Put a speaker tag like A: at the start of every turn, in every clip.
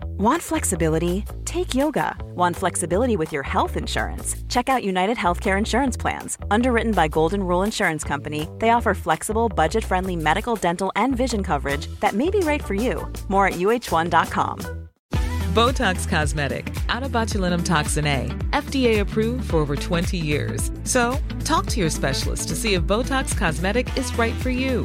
A: Want flexibility? Take yoga. Want flexibility with your health insurance? Check out United Healthcare Insurance Plans. Underwritten by Golden Rule Insurance Company, they offer flexible, budget friendly medical, dental, and vision coverage that may be right for you. More at uh1.com.
B: Botox Cosmetic, out of botulinum toxin A, FDA approved for over 20 years. So, talk to your specialist to see if Botox Cosmetic is right for you.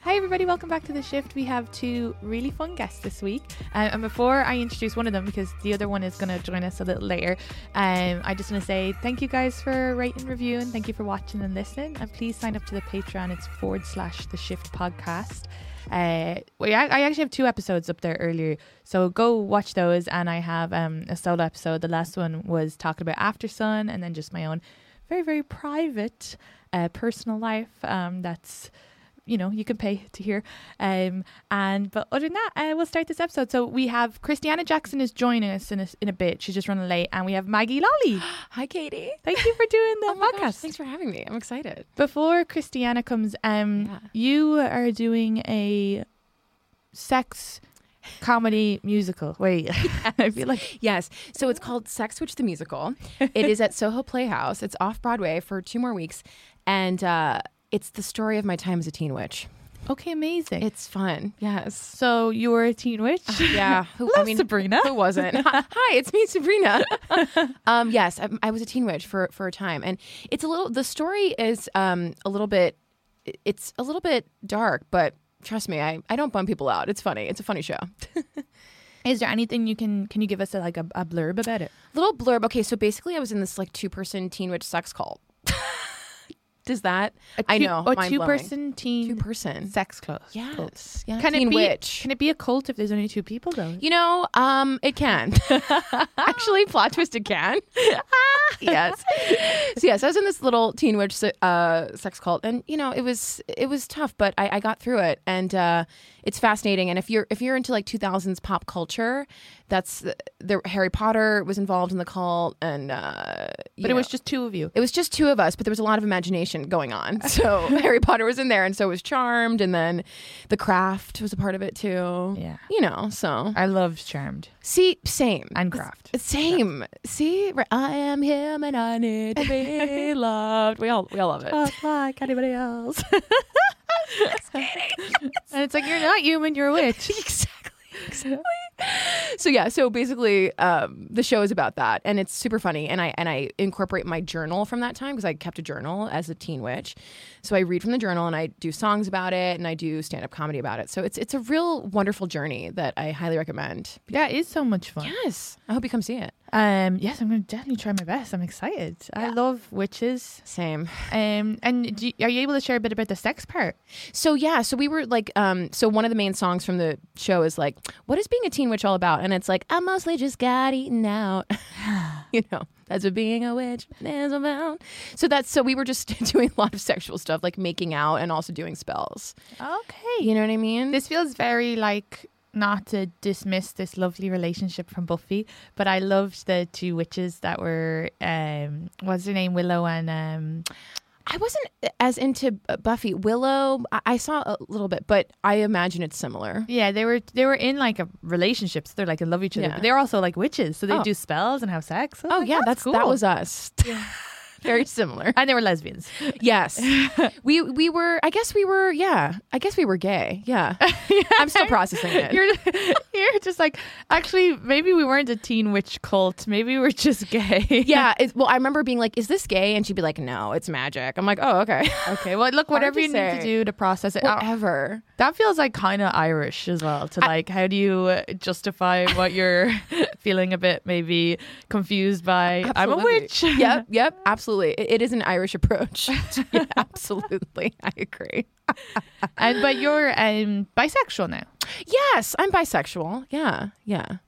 C: Hi, everybody, welcome back to The Shift. We have two really fun guests this week. Um, and before I introduce one of them, because the other one is going to join us a little later, um, I just want to say thank you guys for rating, review, and thank you for watching and listening. And please sign up to the Patreon. It's forward slash The Shift Podcast. Uh, we, I, I actually have two episodes up there earlier, so go watch those. And I have um, a solo episode. The last one was talking about After Sun and then just my own very, very private uh, personal life um, that's you know you can pay to hear um and but other than that uh, we'll start this episode so we have christiana jackson is joining us in a, in a bit she's just running late and we have maggie lolly
D: hi katie
C: thank you for doing the
D: oh
C: podcast gosh,
D: thanks for having me i'm excited
C: before christiana comes um yeah. you are doing a sex comedy musical. Wait, yes. I feel like
D: yes. So it's called Sex Witch the Musical. it is at Soho Playhouse. It's off Broadway for two more weeks, and uh, it's the story of my time as a teen witch.
C: Okay, amazing.
D: It's fun. Yes.
C: So you were a teen witch.
D: Uh, yeah.
C: Who, I mean, Sabrina.
D: Who wasn't? Hi, it's me, Sabrina. um, yes, I, I, was a teen witch for for a time, and it's a little. The story is um, a little bit. It's a little bit dark, but trust me, I I don't bum people out. It's funny. It's a funny show.
C: Is there anything you can can you give us a, like a, a blurb about it?
D: Little blurb. Okay, so basically, I was in this like two person teen witch sex cult. Does that?
C: Two,
D: I know.
C: A two person teen.
D: Two person
C: sex cult.
D: Yes.
C: Cult.
D: Yeah.
C: Can
D: teen
C: it be?
D: Witch.
C: Can it be a cult if there's only two people though?
D: You know, um, it can. Actually, plot twist, it can. yes. So yes, I was in this little teen witch uh, sex cult, and you know, it was it was tough, but I, I got through it, and uh, it's fascinating. And if you're if you're into like 2000s pop culture, that's the, the Harry Potter was involved in the cult, and uh,
C: but it
D: know,
C: was just two of you.
D: It was just two of us, but there was a lot of imagination going on. So Harry Potter was in there, and so was Charmed, and then The Craft was a part of it too.
C: Yeah,
D: you know. So
C: I loved Charmed.
D: See, same
C: and Craft.
D: It's, same. Craft. See, I am him, and I need to be loved. We all we all love it.
C: Not like Oh, anybody else. and it's like you're not human, you're a witch.
D: exactly. Exactly. so yeah, so basically, um, the show is about that, and it's super funny. And I and I incorporate my journal from that time because I kept a journal as a teen witch. So I read from the journal, and I do songs about it, and I do stand up comedy about it. So it's it's a real wonderful journey that I highly recommend.
C: Yeah, it is so much fun.
D: Yes, I hope you come see it.
C: Um, yes, I'm going to definitely try my best. I'm excited. Yeah. I love witches.
D: Same.
C: Um, and you, are you able to share a bit about the sex part?
D: So yeah, so we were like, um, so one of the main songs from the show is like, "What is being a teen witch all about?" And it's like, "I mostly just got eaten out," you know. That's what being a witch is about. So that's so we were just doing a lot of sexual stuff, like making out and also doing spells.
C: Okay,
D: you know what I mean.
C: This feels very like not to dismiss this lovely relationship from Buffy, but I loved the two witches that were um what's her name Willow and um
D: I wasn't as into uh, Buffy. Willow, I-, I saw a little bit, but I imagine it's similar.
C: Yeah, they were they were in like a relationships. So they're like in love each other, yeah. but they're also like witches, so they oh. do spells and have sex.
D: Oh
C: like,
D: yeah,
C: that's,
D: that's
C: cool.
D: that was us. Yeah. Very similar,
C: and they were lesbians.
D: Yes, we we were. I guess we were. Yeah, I guess we were gay. Yeah, yeah. I'm still processing it.
C: You're, you're just like actually maybe we weren't a teen witch cult. Maybe we we're just gay.
D: yeah. It, well, I remember being like, "Is this gay?" And she'd be like, "No, it's magic." I'm like, "Oh, okay,
C: okay." Well, look, whatever you say? need to do to process it.
D: Whatever.
C: Out. That feels like kind of Irish as well. To I, like, how do you justify what you're feeling a bit maybe confused by? Absolutely. I'm a witch.
D: yep. Yep. Absolutely. it, it is an Irish approach. yeah, absolutely. I agree.
C: and Uh, but you're um, bisexual now.
D: Yes, I'm bisexual. Yeah, yeah.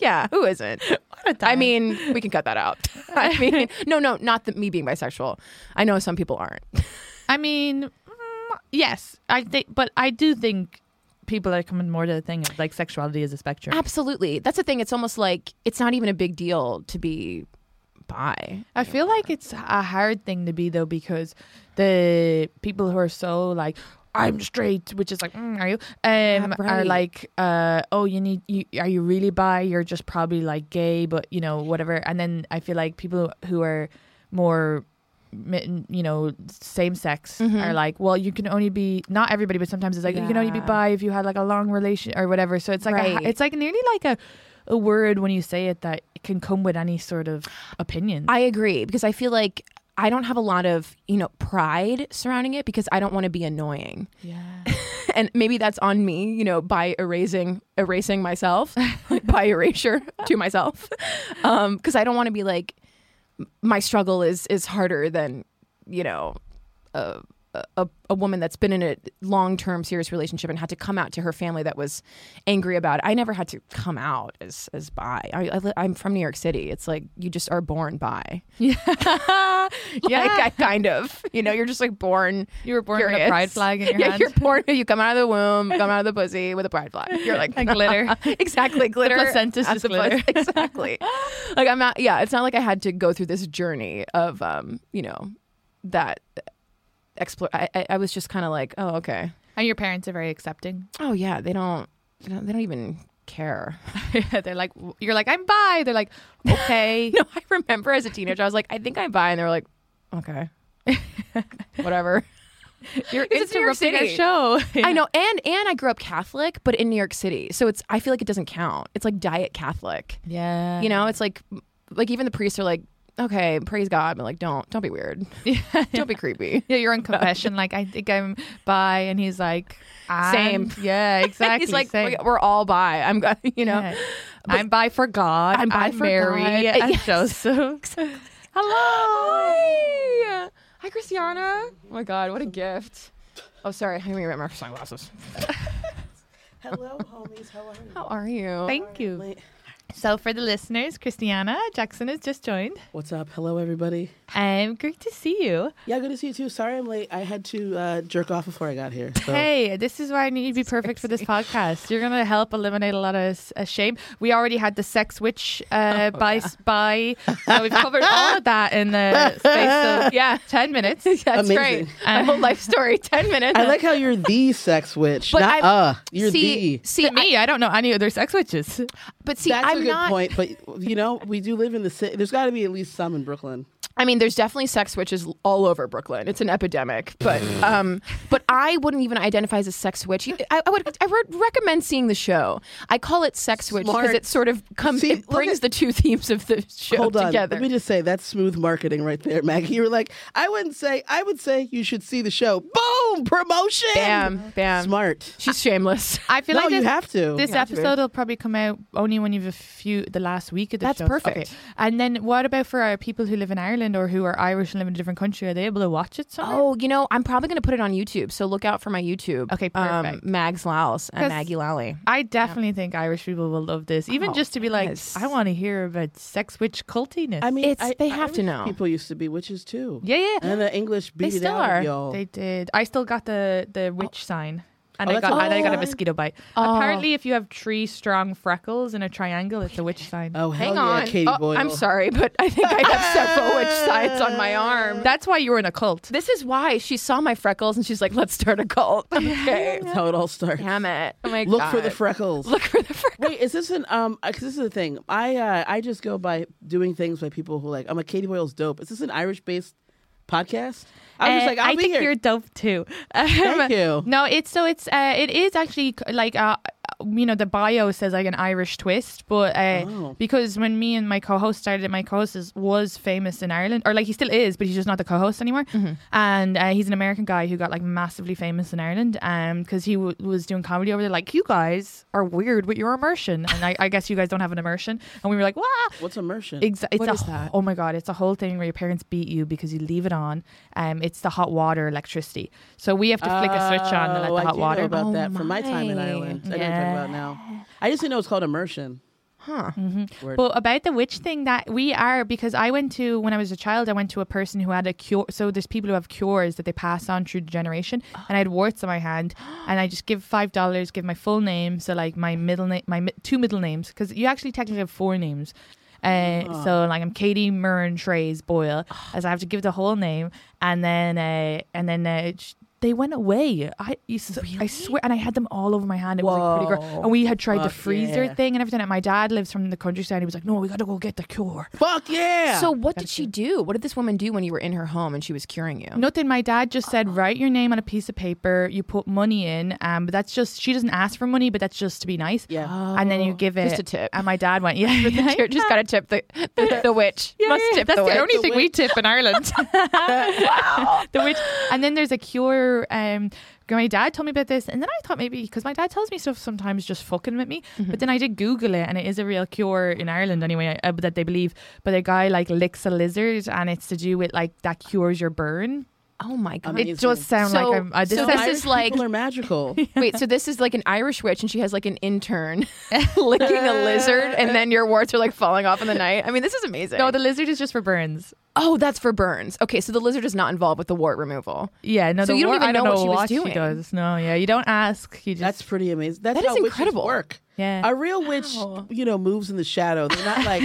D: Yeah, who isn't? I
C: time.
D: mean, we can cut that out. I mean, no, no, not the, me being bisexual. I know some people aren't.
C: I mean, mm, yes, I think, but I do think people are coming more to the thing of like sexuality is a spectrum.
D: Absolutely. That's the thing. It's almost like it's not even a big deal to be bi.
C: I feel like it's a hard thing to be though because the people who are so like I'm straight, which is like, mm, are you? Um, are
D: right.
C: like, uh, oh, you need, you, are you really bi? You're just probably like gay, but you know, whatever. And then I feel like people who are more, mi- you know, same sex
D: Mm-hmm.
C: are like, well, you can only be not everybody, but sometimes it's like you can only be
D: Yeah.
C: bi if you had like a long relation or whatever. So it's like, a,
D: Right.
C: it's like nearly like a, a word when you say it that can come with any sort of opinion.
D: I agree because I feel like I don't have a lot of, you know, pride surrounding it because I don't want to be annoying.
C: yeah.
D: and maybe that's on me, you know, by erasing erasing myself, by erasure to myself, um, because I don't want to be like m- my struggle is is harder than you know a a, a woman that's been in a long term serious relationship and had to come out to her family that was angry about it. I never had to come out as as bi. I, I, li- I'm from New York City. It's like you just are born bi.
C: Yeah.
D: Like I kind of, you know, you're just like born.
C: You were born with a
D: curious.
C: pride flag in your
D: yeah,
C: hand.
D: you're born. You come out of the womb, come out of the pussy with a pride flag. You're like
C: And glitter.
D: exactly, glitter.
C: placenta's
D: at
C: just
D: the pla-
C: glitter.
D: exactly. Like I'm not. Yeah, it's not like I had to go through this journey of, um, you know, that explore. I, I, I was just kind of like, oh, okay.
C: and your parents are very accepting.
D: Oh yeah, they don't. They don't, they don't even care.
C: They're like, you're like, I'm bi. They're like, okay.
D: No, I remember as a teenager, I was like, I think I'm bi, and they were like, okay, whatever.
C: you're
D: Because it's New York
C: interrupting our
D: City.
C: show.
D: I know, and and I grew up Catholic, but in New York City, so it's I feel like it doesn't count. It's like diet Catholic,
C: Yeah.
D: you know. It's like like even the priests are like, okay, praise God, but like don't don't be weird, don't be creepy.
C: Yeah, you're in confession. Like, I think I'm bi, and he's like,
D: Same.
C: "I'm-" Yeah, exactly.
D: He's like
C: same.
D: "We- we're all by. I'm g- you know.
C: Yeah. I'm bi for God.
D: I'm bi for
C: Mary
D: God.
C: and
D: Yes.
C: Joseph.
D: Hello. Hi. Hi, Christiana. Oh my God, what a gift. Oh, sorry, I need to get my sunglasses.
E: Hello, homies. How are you?
D: How are you?
C: Thank you. So, for the listeners, Christiana Jackson has just joined.
E: What's up? Hello, everybody.
C: Um, great to see you.
E: Yeah, good to see you too. Sorry I'm late. I had to uh, jerk off before I got here. So.
C: Hey, this is why I need you to be perfect for this podcast. You're gonna help eliminate a lot of s- uh, shame. We already had the sex witch uh, by spy, so we've covered all of that in the space of yeah ten minutes.
D: That's
E: Amazing.
D: great. My whole life story, ten minutes.
E: I like how you're the sex witch,
D: But
E: not
D: I-
E: uh. You're
D: see,
E: the.
D: see, I,
C: Me, I don't know any other sex witches.
D: but see,
E: That's
D: I'm
E: a good
D: not.
E: point, but you know we do live in the city. There's got to be at least some in Brooklyn.
D: I mean, there's definitely sex witches all over Brooklyn. It's an epidemic, but
E: Mm.
D: um, but I wouldn't even identify as a sex witch. You- I, I would I would recommend seeing the show. I call it sex witch because
E: Smart.
D: it sort of comes
E: See,
D: it
E: look
D: brings
E: at-
D: the two themes of the show
E: Hold on,
D: together.
E: let me just say that's smooth marketing right there, Maggie. You were like, I wouldn't say. I would say you should see the show. Boom, promotion.
D: bam, bam.
E: Smart.
D: She's shameless.
C: I feel
E: No,
C: like
E: you
C: this,
E: have to.
C: This
D: You have to be.
C: episode will probably come out only when you've a few the last week of the
D: That's
C: show.
D: perfect.
C: And then what about for our people who live in Ireland or who are Irish and live in a different country? Are they able to watch it? Somewhere?
D: Oh, you know, I'm probably going to put it on YouTube. So look out for my YouTube.
C: Okay,
D: um,
C: perfect.
D: Mags Laos and
C: 'Cause-
D: Maggie Lally.
C: I definitely think Irish people will love this, even
D: Oh,
C: just to be like,
D: yes.
C: I want to hear about sex witch cultiness.
E: I mean,
D: It's-
E: I-
D: they have to
E: Irish
D: know.
E: People used to be witches too.
C: yeah, yeah.
E: And the English beat it
D: still
E: out
D: are.
E: of y'all.
C: They did. I still got the the witch sign. And
E: Oh,
C: I
E: that's Oh.
C: got
E: a
C: and I got a
E: sign.
C: mosquito bite. Apparently, if you have three strong freckles in a triangle, it's a witch sign.
E: oh, hell
D: Hang
E: yeah,
D: on.
E: Katie
D: Oh,
E: Boyle.
D: I'm sorry, but I think I have several witch sides on my arm.
C: That's why you were in a cult.
D: This is why she saw my freckles and she's like, "Let's start a cult." Okay,
E: That's how it all starts.
D: damn it! Oh my
E: Look
D: God.
E: for the freckles.
D: Look for the freckles.
E: Wait, is this an um? Because this is the thing. I uh, I just go by doing things by people who like. I'm like Katie Boyle's dope. Is this an Irish based podcast? I was
C: Uh,
E: just like, I'll be
C: think
E: here.
C: you're dope too. Um,
E: Thank you.
C: No, it's so it's uh, it is actually c- like uh, you know the bio says like an Irish twist, but uh,
E: Oh.
C: because when me and my co-host started, it, my co-host is, was famous in Ireland, or like he still is, but he's just not the co-host anymore. And uh, he's an American guy who got like massively famous in Ireland, um, because he w- was doing comedy over there. Like you guys are weird with your immersion, and I, I guess you guys don't have an immersion. And we were like, wow,
E: What's immersion?
C: Exa- it's
D: What
C: a,
D: is that?
C: Oh my god, it's a whole thing where your parents beat you because you leave it on. Um, it's the hot water electricity. So we have to flick a switch on and let
E: Oh,
C: the
E: I
C: hot
E: do know
C: water.
E: about
D: Oh
E: that from my time in
D: my.
E: Ireland. I know what you're talking about now. I just didn't know it's called immersion.
D: Huh.
C: But about the witch thing that we are because I went to when I was a child I went to a person who had a cure so there's people who have cures that they pass on through the generation and I had warts on my hand and I just give five dollars give my full name so like my middle name my mi- two middle names because you actually technically have four names uh, so like I'm Katie Murren Trays Boyle as I have to give the whole name and then uh, and then uh, sh- they went away. I you s- I swear, and I had them all over my hand. It was like pretty gross. And we had tried the
E: Fuck
C: freezer
E: yeah.
C: thing and everything. And my dad lives from the countryside. He was like, "No, we got to go get the cure."
E: Fuck yeah.
D: So what did she do? What did this woman do when you were in her home and she was curing you?
C: Nothing. My dad just said,
D: Uh-huh.
C: "Write your name on a piece of paper. You put money in." Um, but that's just she doesn't ask for money, but that's just to be nice.
E: Yeah.
C: and then you give it
D: just a tip.
C: And my dad went, "Yeah, yeah,
D: You're just got to tip the, the, the witch.
C: Yeah,
D: Must
C: yeah,
D: tip
C: That's
D: the
C: the,
D: witch.
C: only thing we tip in Ireland. the witch. And then there's a cure. Um, my dad told me about this, and then I thought maybe because my dad tells me stuff sometimes just fucking with me. But then I did Google it, and it is a real cure in Ireland anyway uh, that they believe. But a guy like licks a lizard, and it's to do with like that cures your burn.
D: Oh my god.
C: It does sound
D: So-
C: like I'm. Uh, this
D: so
C: sounds-
D: this
E: Irish
D: is like-
E: people are magical.
D: Wait, so this is like an Irish witch, and she has like an intern licking a lizard, and then your warts are like falling off in the night. I mean, this is amazing.
C: no, the lizard is just for burns.
D: oh, that's for burns. Okay, so the lizard is not involved with the wart removal.
C: Yeah, no,
D: So
C: the
D: you don't
C: war-
D: even
C: I don't
D: know
C: know,
D: what she was doing.
C: does. No, yeah, you don't ask. You just
E: That's pretty amazing. That's
D: That is
E: how witches
D: incredible.
E: work.
C: Yeah.
E: A real witch, you know, moves in the shadow. They're not like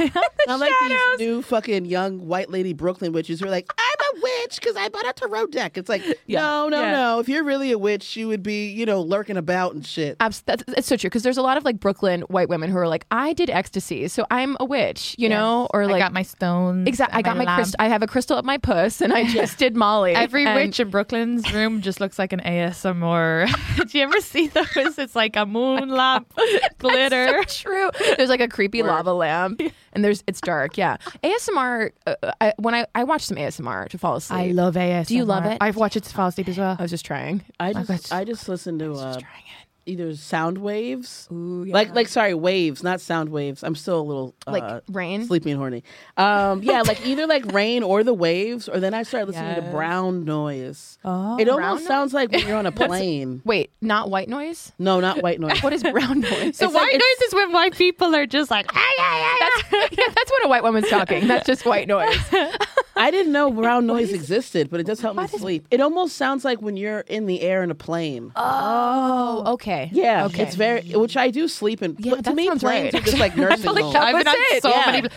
E: not like these new fucking young white lady Brooklyn witches who are like, I'm a witch because I bought a tarot deck. It's like, no, no,
C: Yeah.
E: no. If you're really a witch, you would be, you know, lurking about and shit.
D: Abs- that's, that's so true because there's a lot of like Brooklyn white women who are like, I did ecstasy, so I'm a witch, you know, or
C: I
D: like
C: got my stones.
D: exactly. I
C: and
D: got my
C: lamp.
D: crystal. I have a crystal up my puss, and I just did Molly.
C: Every
D: And-
C: witch in Brooklyn's room just looks like an ASMR. Did you ever see those? It's like a moon lamp glitter.
D: That's so true. There's like a creepy lava lamp, and there's it's dark. Yeah, ASMR. Uh, I, when I I watched some ASMR to fall asleep.
C: I love ASMR.
D: Do you love it?
C: I've watched it to fall asleep as well.
D: I was just trying.
E: I
C: my
E: just,
C: God.
E: I just listen to uh,
D: Trying it.
E: either sound waves,
D: Ooh, yeah.
E: like, like, sorry, waves, not sound waves. I'm still a little uh,
D: Like rain?
E: sleepy and horny. Um, yeah, like either like rain or the waves, or then I started listening to brown noise. Oh, it almost sounds like when you're on a plane.
D: Wait, not white noise.
E: No, not white noise.
D: What is brown noise?
C: so white
D: It's like- it's-
C: noise is when white people are just like, "Ah, yeah, yeah, yeah."
D: That's, yeah, that's when a white woman's talking. That's just white noise.
E: I didn't know brown noise existed, but it does help me sleep. It almost sounds like when you're in the air in a plane.
D: Oh, okay.
E: yeah,
D: Okay.
E: it's very which I do sleep in.
D: Yeah,
E: but to
D: that
E: me,
D: sounds
E: planes
D: right.
E: are just like nursing
D: like
E: homes.
D: that
C: I've been
D: That's
C: on
D: it,
C: so
E: yeah.
C: many.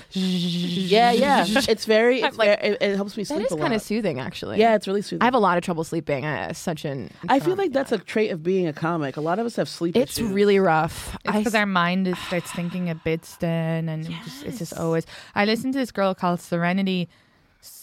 E: yeah, yeah, it's very. It's very it, it helps me
D: That
E: sleep
D: is
E: a
D: kind
E: lot.
D: of soothing, actually.
E: yeah, it's really soothing.
D: I have a lot of trouble sleeping. I, it's such an. um,
E: I feel like that's a trait of being a comic. A lot of us have sleep
D: it's
E: issues.
D: really rough. I
C: because our mind is, starts thinking a bit then and it just, it's just always i listened to this girl called serenity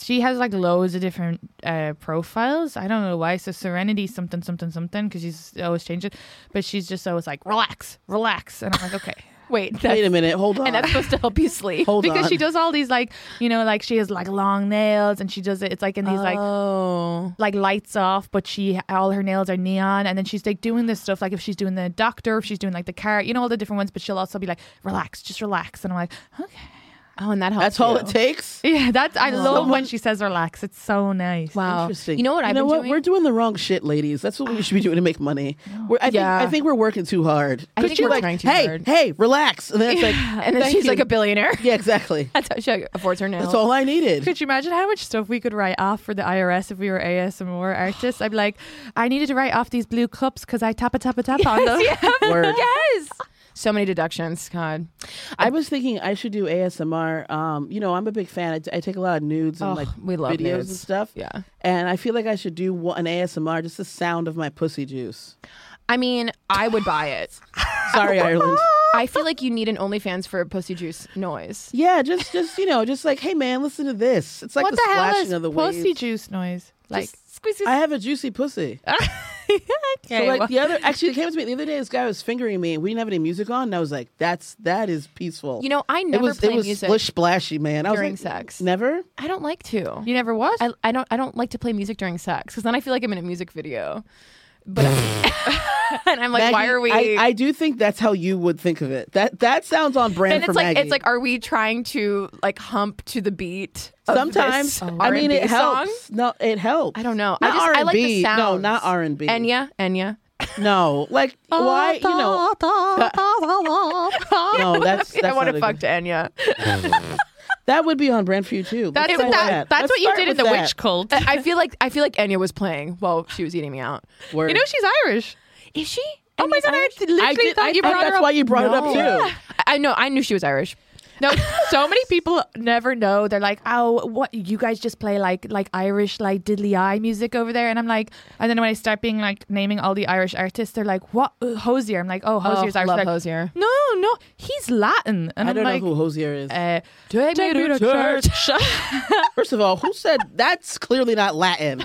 C: she has like loads of different uh, profiles i don't know why so serenity something something something because she's always changing but she's just always like relax relax and i'm like okay
D: wait. That's,
E: Wait a minute, hold on.
D: and that's supposed to help you sleep.
E: hold
C: because
E: on.
C: she does all these like you know like she has like long nails and she does it it's like in these like
D: oh.
C: like lights off, but she all her nails are neon, and then she's like doing this stuff. Like if she's doing the doctor, if she's doing like the car, you know all the different ones. But she'll also be like, relax, just relax. And I'm like, okay,
D: Oh, and that helps.
E: That's all
D: you.
E: it takes.
C: yeah, that's I love when she says relax. It's so nice.
D: Wow.
E: Interesting.
D: You know what
E: You
D: I've
E: know
D: been
E: what?
D: doing? Ah.
E: We're doing the wrong shit, ladies. That's what we should be doing to make money. We're, I,
D: Yeah.
E: think, I think we're working too hard.
D: I
E: 'Cause
D: think
E: you're
D: we're
E: like,
D: trying too
E: hey,
D: hard.
E: hey, relax. And then it's like,
D: And then
E: "Thank
D: she's
E: you."
D: like a billionaire.
E: Yeah, exactly.
D: That's how she affords her nails.
E: That's all I needed.
C: Could you imagine how much stuff we could write off for the IRS if we were ASMR artists? I'm like, I needed to write off these blue cups because I tap a tap a tap on them.
E: Word.
D: yes. So many deductions. God.
E: I was thinking I should do ASMR. Um, you know, I'm a big fan. I, t- I take a lot of nudes and
D: Oh,
E: like
D: we love
E: videos and
D: nudes.
E: stuff.
D: Yeah.
E: And I feel like I should do one- an ASMR, just the sound of my pussy juice.
D: I mean, I would buy it.
E: Sorry, Ireland.
D: I feel like you need an OnlyFans for pussy juice noise.
E: Yeah, just just you know, just like, hey man, listen to this. It's like
C: what
E: the,
C: the hell
E: splashing
C: is
E: of the
C: pussy
E: waves.
C: juice noise? Like,
D: Squeeze
E: I have a juicy pussy. So
C: okay,
E: like
C: well-
E: the other, actually, it came to me the other day. This guy was fingering me, and we didn't have any music on. And I was like, "That's that is peaceful."
D: You know, I never
E: it was,
D: play
E: it was
D: music
E: splish splashy, man. I was
D: during
E: like,
D: sex.
E: Never.
D: I don't like to.
C: you never was.
D: I, I don't I don't like to play music during sex because then I feel like I'm in a music video. But and I'm like, why
E: Maggie,
D: are we?
E: I, I do think that's how you would think of it. That that sounds on brand
D: and
E: for
D: it's like
E: Maggie.
D: it's like, are we trying to like hump to the beat? of
E: sometimes.
D: uh,
E: Oh,
D: this
E: I mean, it
D: R&B song?
E: helps. No, it helps.
D: I don't know.
E: Not
D: I just
E: R&B.
D: I like the sound.
E: No, not R and B.
D: Enya, Enya.
E: No, like why? You know, no. That's, that's
D: I want
E: not
D: to
E: a-
D: fuck Enya.
E: That would be on brand for you too.
D: That's-
E: Let's
D: it-
E: say
D: that-
C: That's
E: Let's
C: what you
E: start
C: did in
E: with
C: the
E: that.
C: witch cult.
D: I I feel like I feel like Enya was playing while she was eating me out.
E: Word.
C: You know she's Irish.
D: Is she?
C: Oh my
D: Enya's
C: god,
D: Irish?
C: I literally
D: I did-
C: thought
D: I
C: you
D: thought
C: brought
E: that's
C: her
E: why
C: up.
E: you brought it up too.
D: No. I- I know. I knew she was Irish.
C: No, so many people never know. They're like, "Oh, what you guys just play like like Irish like diddly eye music over there?" And I'm like, and then when I start being like naming all the Irish artists, they're like, "What uh, Hosier?" I'm like, "Oh, Hosier's
D: I
C: Irish."
D: love
C: They're like,
D: Hosier.
C: No, no, he's Latin. And
E: I
C: am
E: don't
C: like,
E: know who Hosier is.
D: eh.
C: Uh,
D: Take me to church.
E: First of all, who said that's clearly not Latin?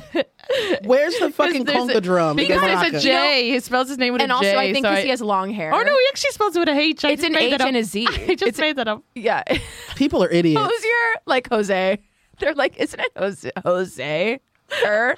E: Where's the fucking
C: there's a-
E: conga drum? in
C: because there's
E: Morocco?
C: a J. He spells his name with
D: And
C: a J.
D: also, I think
C: so
D: because he has long hair.
C: Oh no, he actually spells it with a H. I
D: It's
C: just
D: an
C: made
D: H
C: that up.
D: and a Z.
C: I just
D: It's-
C: made that up.
D: yeah.
E: People are idiots.
D: Hosier, like Jose. They're like, isn't it Jose? Jose? Her?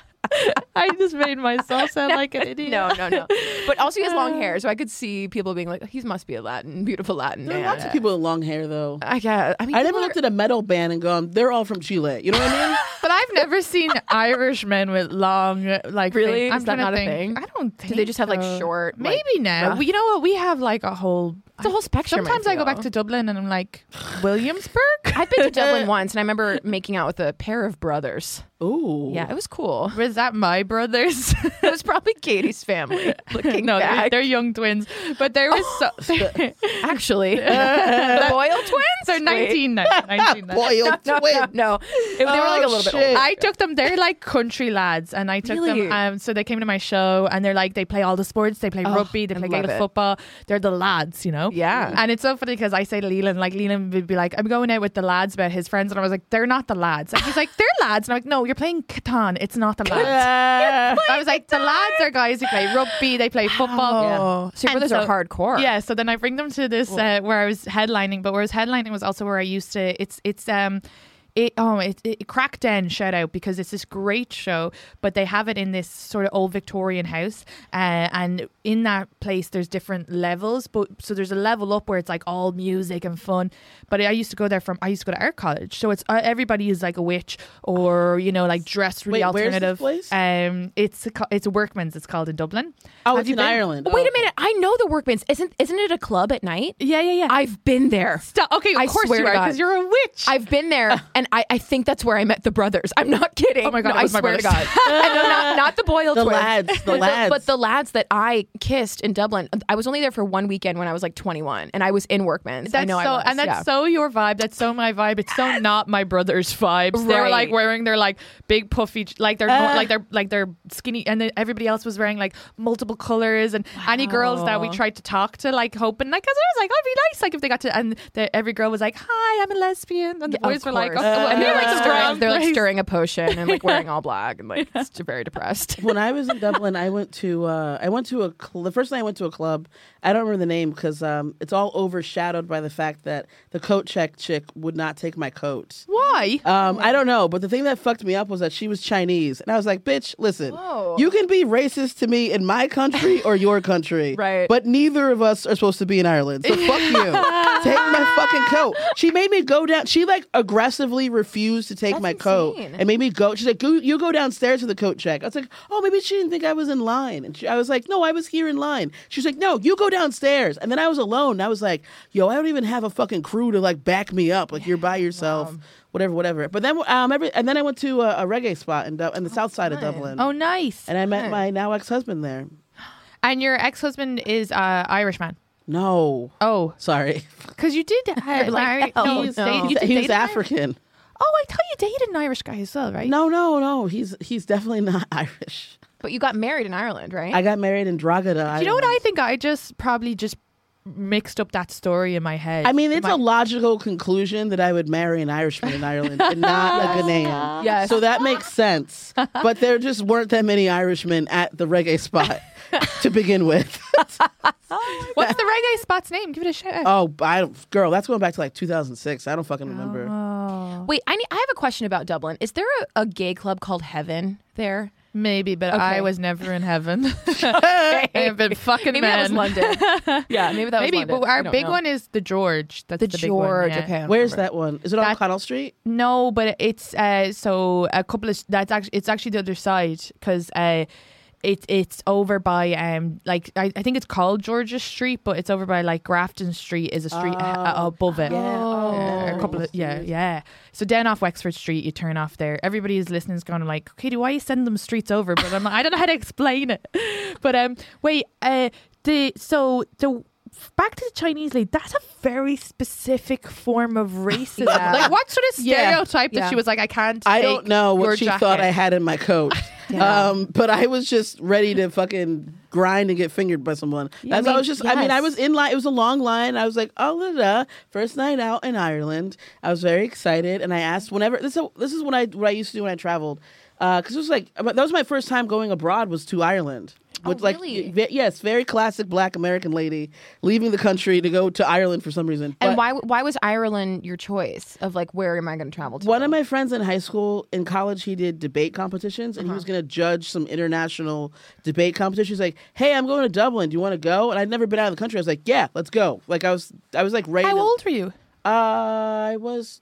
C: I just made myself sound like an idiot.
D: No, no, no. But also, he has long hair, so I could see people being like, he must be a Latin, beautiful Latin
E: There
D: man.
E: are lots of people with long hair though.
D: I guess. I mean,
E: I never
D: people
E: looked
D: are-
E: at a metal band and gone, they're all from Chile. You know what I mean?
C: But I've never seen Irish men with long, like
D: Really?
C: thing- I'm
D: Is that
C: trying to
D: not a
C: think.
D: thing?
C: I don't think
D: they just have, like,
C: so.
D: short, like,
C: Maybe no.
D: rough-
C: We- You know what? We have like a whole.
D: It's a whole spectrum, I
C: Sometimes I, go
D: feel.
C: back to Dublin and I'm like Williamsburg.
D: I've been to
C: uh,
D: Dublin once, and I remember making out with a pair of brothers.
E: Ooh.
D: Yeah, it was cool.
C: Was that my brothers?
D: It was probably Katie's family. Looking
C: no, they're,
D: back,
C: they're young twins. But there was so.
D: actually the Boyle twins.
C: They're
D: Wait.
C: 19 now. 19 now.
E: Boiled
D: No,
E: twin.
D: no, no. It- they were like a
E: Oh,
D: little bit.
E: shit.
D: Older.
C: I took them. They're like country lads, and I took
D: Really?
C: them. Um, so they came to my show, and they're like they play all the sports. They play rugby. They
D: Oh, I
C: play
D: love
C: Gaelic
D: it.
C: football. They're the lads, you know.
D: Yeah.
C: And it's so funny because I say to Leland, like Leland would be like, "I'm going out with the lads," about his friends, and I was like, "They're not the lads." And he's like, "They're lads," and I'm like, "No, you're playing Catan. It's not the lads." I was like, "The lads are guys who play rugby. They play football."
D: Oh, so your
C: And
D: brothers are hardcore.
C: Yeah, so then I bring them to this uh, where I was headlining, but where I was headlining was also where I used to. It's it's um. It, oh, it, it cracked den shout out because it's this great show, but they have it in this sort of old Victorian house, uh, and in that place there's different levels. But so there's a level up where it's like all music and fun. But I used to go there from I used to go to art college, so it's uh, everybody is like a witch or you know like dressed really
E: Wait, where's this
C: alternative.
E: place?
C: Um, it's ca- it's Workman's. It's called in Dublin.
E: Oh,
C: Have
E: it's
C: you
E: in
C: been?
E: Ireland. Oh.
D: Wait a minute. I know the workman's. Isn't isn't it a club at night?
C: Yeah, yeah, yeah.
D: I've been there.
C: Stop. Okay, of
D: I
C: course
D: swear
C: you
D: to
C: are
D: God.
C: because you're a witch.
D: I've been there, and I, I think that's where I met the brothers. I'm not kidding.
C: Oh my God,
D: No,
C: it
D: I
C: was my
D: swear to God,
C: brothers.
D: I know, not, not the Boyle
E: The
D: twins,
E: lads, the
D: but
E: lads.
D: but the lads that I kissed in Dublin. I was only there for one weekend when I was like 21, and I was in Workman's.
C: that's
D: I know I
C: so,
D: was,
C: and that's
D: yeah.
C: so your vibe. That's so my vibe. It's so not my brother's vibes. They're like
D: Right.
C: wearing their like big puffy, j- like they're
E: Uh.
C: like they're like they're skinny, and then everybody else was wearing like multiple colors. And any girls that we tried to talk to, like hoping, like, because I was like, oh, it'd be nice, like if they got to, and the, every girl was like, hi, I'm a lesbian, and the
D: Of
C: boys were like,
D: course.
C: oh,
D: and they're like
C: it's the wrong
D: stirring, they're like
C: place.
D: stirring a potion and like wearing all black and like it's very depressed.
E: when I was in Dublin, I went to uh, I went to a cl- the first night I went to a club. I don't remember the name because um, it's all overshadowed by the fact that the coat check chick would not take my coat.
C: Why?
E: Um, I don't know, but the thing that fucked me up was that she was Chinese, and I was like, "Bitch, listen, you can be racist to me in my country or your country,
D: Right.
E: But neither of us are supposed to be in Ireland, so fuck you. Take my fucking coat." She made me go down. She like aggressively refused to take my coat
D: insane.
E: and made me go. She's like, "Go, you go downstairs to the coat check." I was like, "Oh, maybe she didn't think I was in line," and she, I was like, "No, I was here in line." She's like, "No, you go downstairs," and then I was alone. And I was like, "Yo, I don't even have a fucking crew to like back me up. Like you're by yourself." whatever, whatever. But then um, every and then I went to a, a reggae spot in, Dub in the south side of Dublin,
C: Oh, nice.
E: and I met my now ex husband there.
C: And your ex husband is uh, Irish man.
E: No,
C: Oh,
E: sorry,
C: because you did have like, no,
E: he's,
D: oh,
C: date- you
E: he's,
C: did
E: he's
C: date an Irish-
E: African.
C: Oh, I thought you dated an Irish guy as well, right?
E: No, no, no, he's he's definitely not Irish.
D: But you got married in Ireland, right?
E: I got married in Drogheda.
C: Do you know what I
E: Ireland.
C: think? I just probably just mixed up that story in my head.
E: I mean, it's
C: My-
E: a logical conclusion that I would marry an Irishman in Ireland and not a Ghanaian.
D: Yes.
E: So that makes sense. But there just weren't that many Irishmen at the reggae spot to begin with.
C: What's the reggae spot's name? Give it a shout out.
E: oh, I don't, girl, that's going back to like 2006. I don't fucking remember.
D: Oh. Wait, I need, I have a question about Dublin. Is there a, a gay club called Heaven there?
C: Maybe, but
D: Okay.
C: I was never in heaven. I have been fucking
D: Maybe that
C: men.
D: was London. yeah, maybe that
C: Maybe,
D: was London.
C: but
D: I
C: our
D: don't
C: big
D: know.
C: one is the George. That's
D: the,
C: the, big one,
D: George.
C: yeah.
D: Okay, I'm
E: Where's
D: remembering.
E: that one? Is it on
C: That-
E: Connell Street?
C: No, but it's uh, so a couple of that's actually it's actually the other side because uh, it it's over by um like I, I think it's called Georgia Street, but it's over by like Grafton Street is a street a- a- above it.
E: Oh.
C: Yeah, a couple of yeah, yeah. So down off Wexford Street, you turn off there. Everybody is listening is going like, okay, do why you send them streets over? But I'm like, I don't know how to explain it. But um, wait, uh, the so the back to the Chinese lady. That's a very specific form of racism. Like what sort of
D: Yeah.
C: stereotype that
D: Yeah.
C: she was like, I can't.
E: I
C: take
E: don't know
C: your
E: what she
C: jacket.
E: thought I had in my coat. Um, but I was just ready to fucking grind and get fingered by someone. That's I,
D: mean,
E: was just. I mean, I
D: yes.
E: was in line. It was a long line. I was like, oh, la, la, la. first night out in Ireland. I was very excited, and I asked whenever this. Is, this is what I what I used to do when I traveled, because it was like uh, that was my first time going abroad was to Ireland. With like
D: Oh, really?
E: ve- yes, very classic Black American lady leaving the country to go to Ireland for some reason.
D: And
E: But-
D: why why was Ireland your choice of like where am I going to travel to?
E: One of my friends in high school, in college, he did debate competitions, and he was
C: Uh-huh.
E: going to judge some international debate competitions. Like, hey, I'm going to Dublin. Do you want to go? And I'd never been out of the country. I was like, yeah, let's go. Like, I was, I was like, ready.
C: How
E: to-
C: old were you?
E: Uh, I was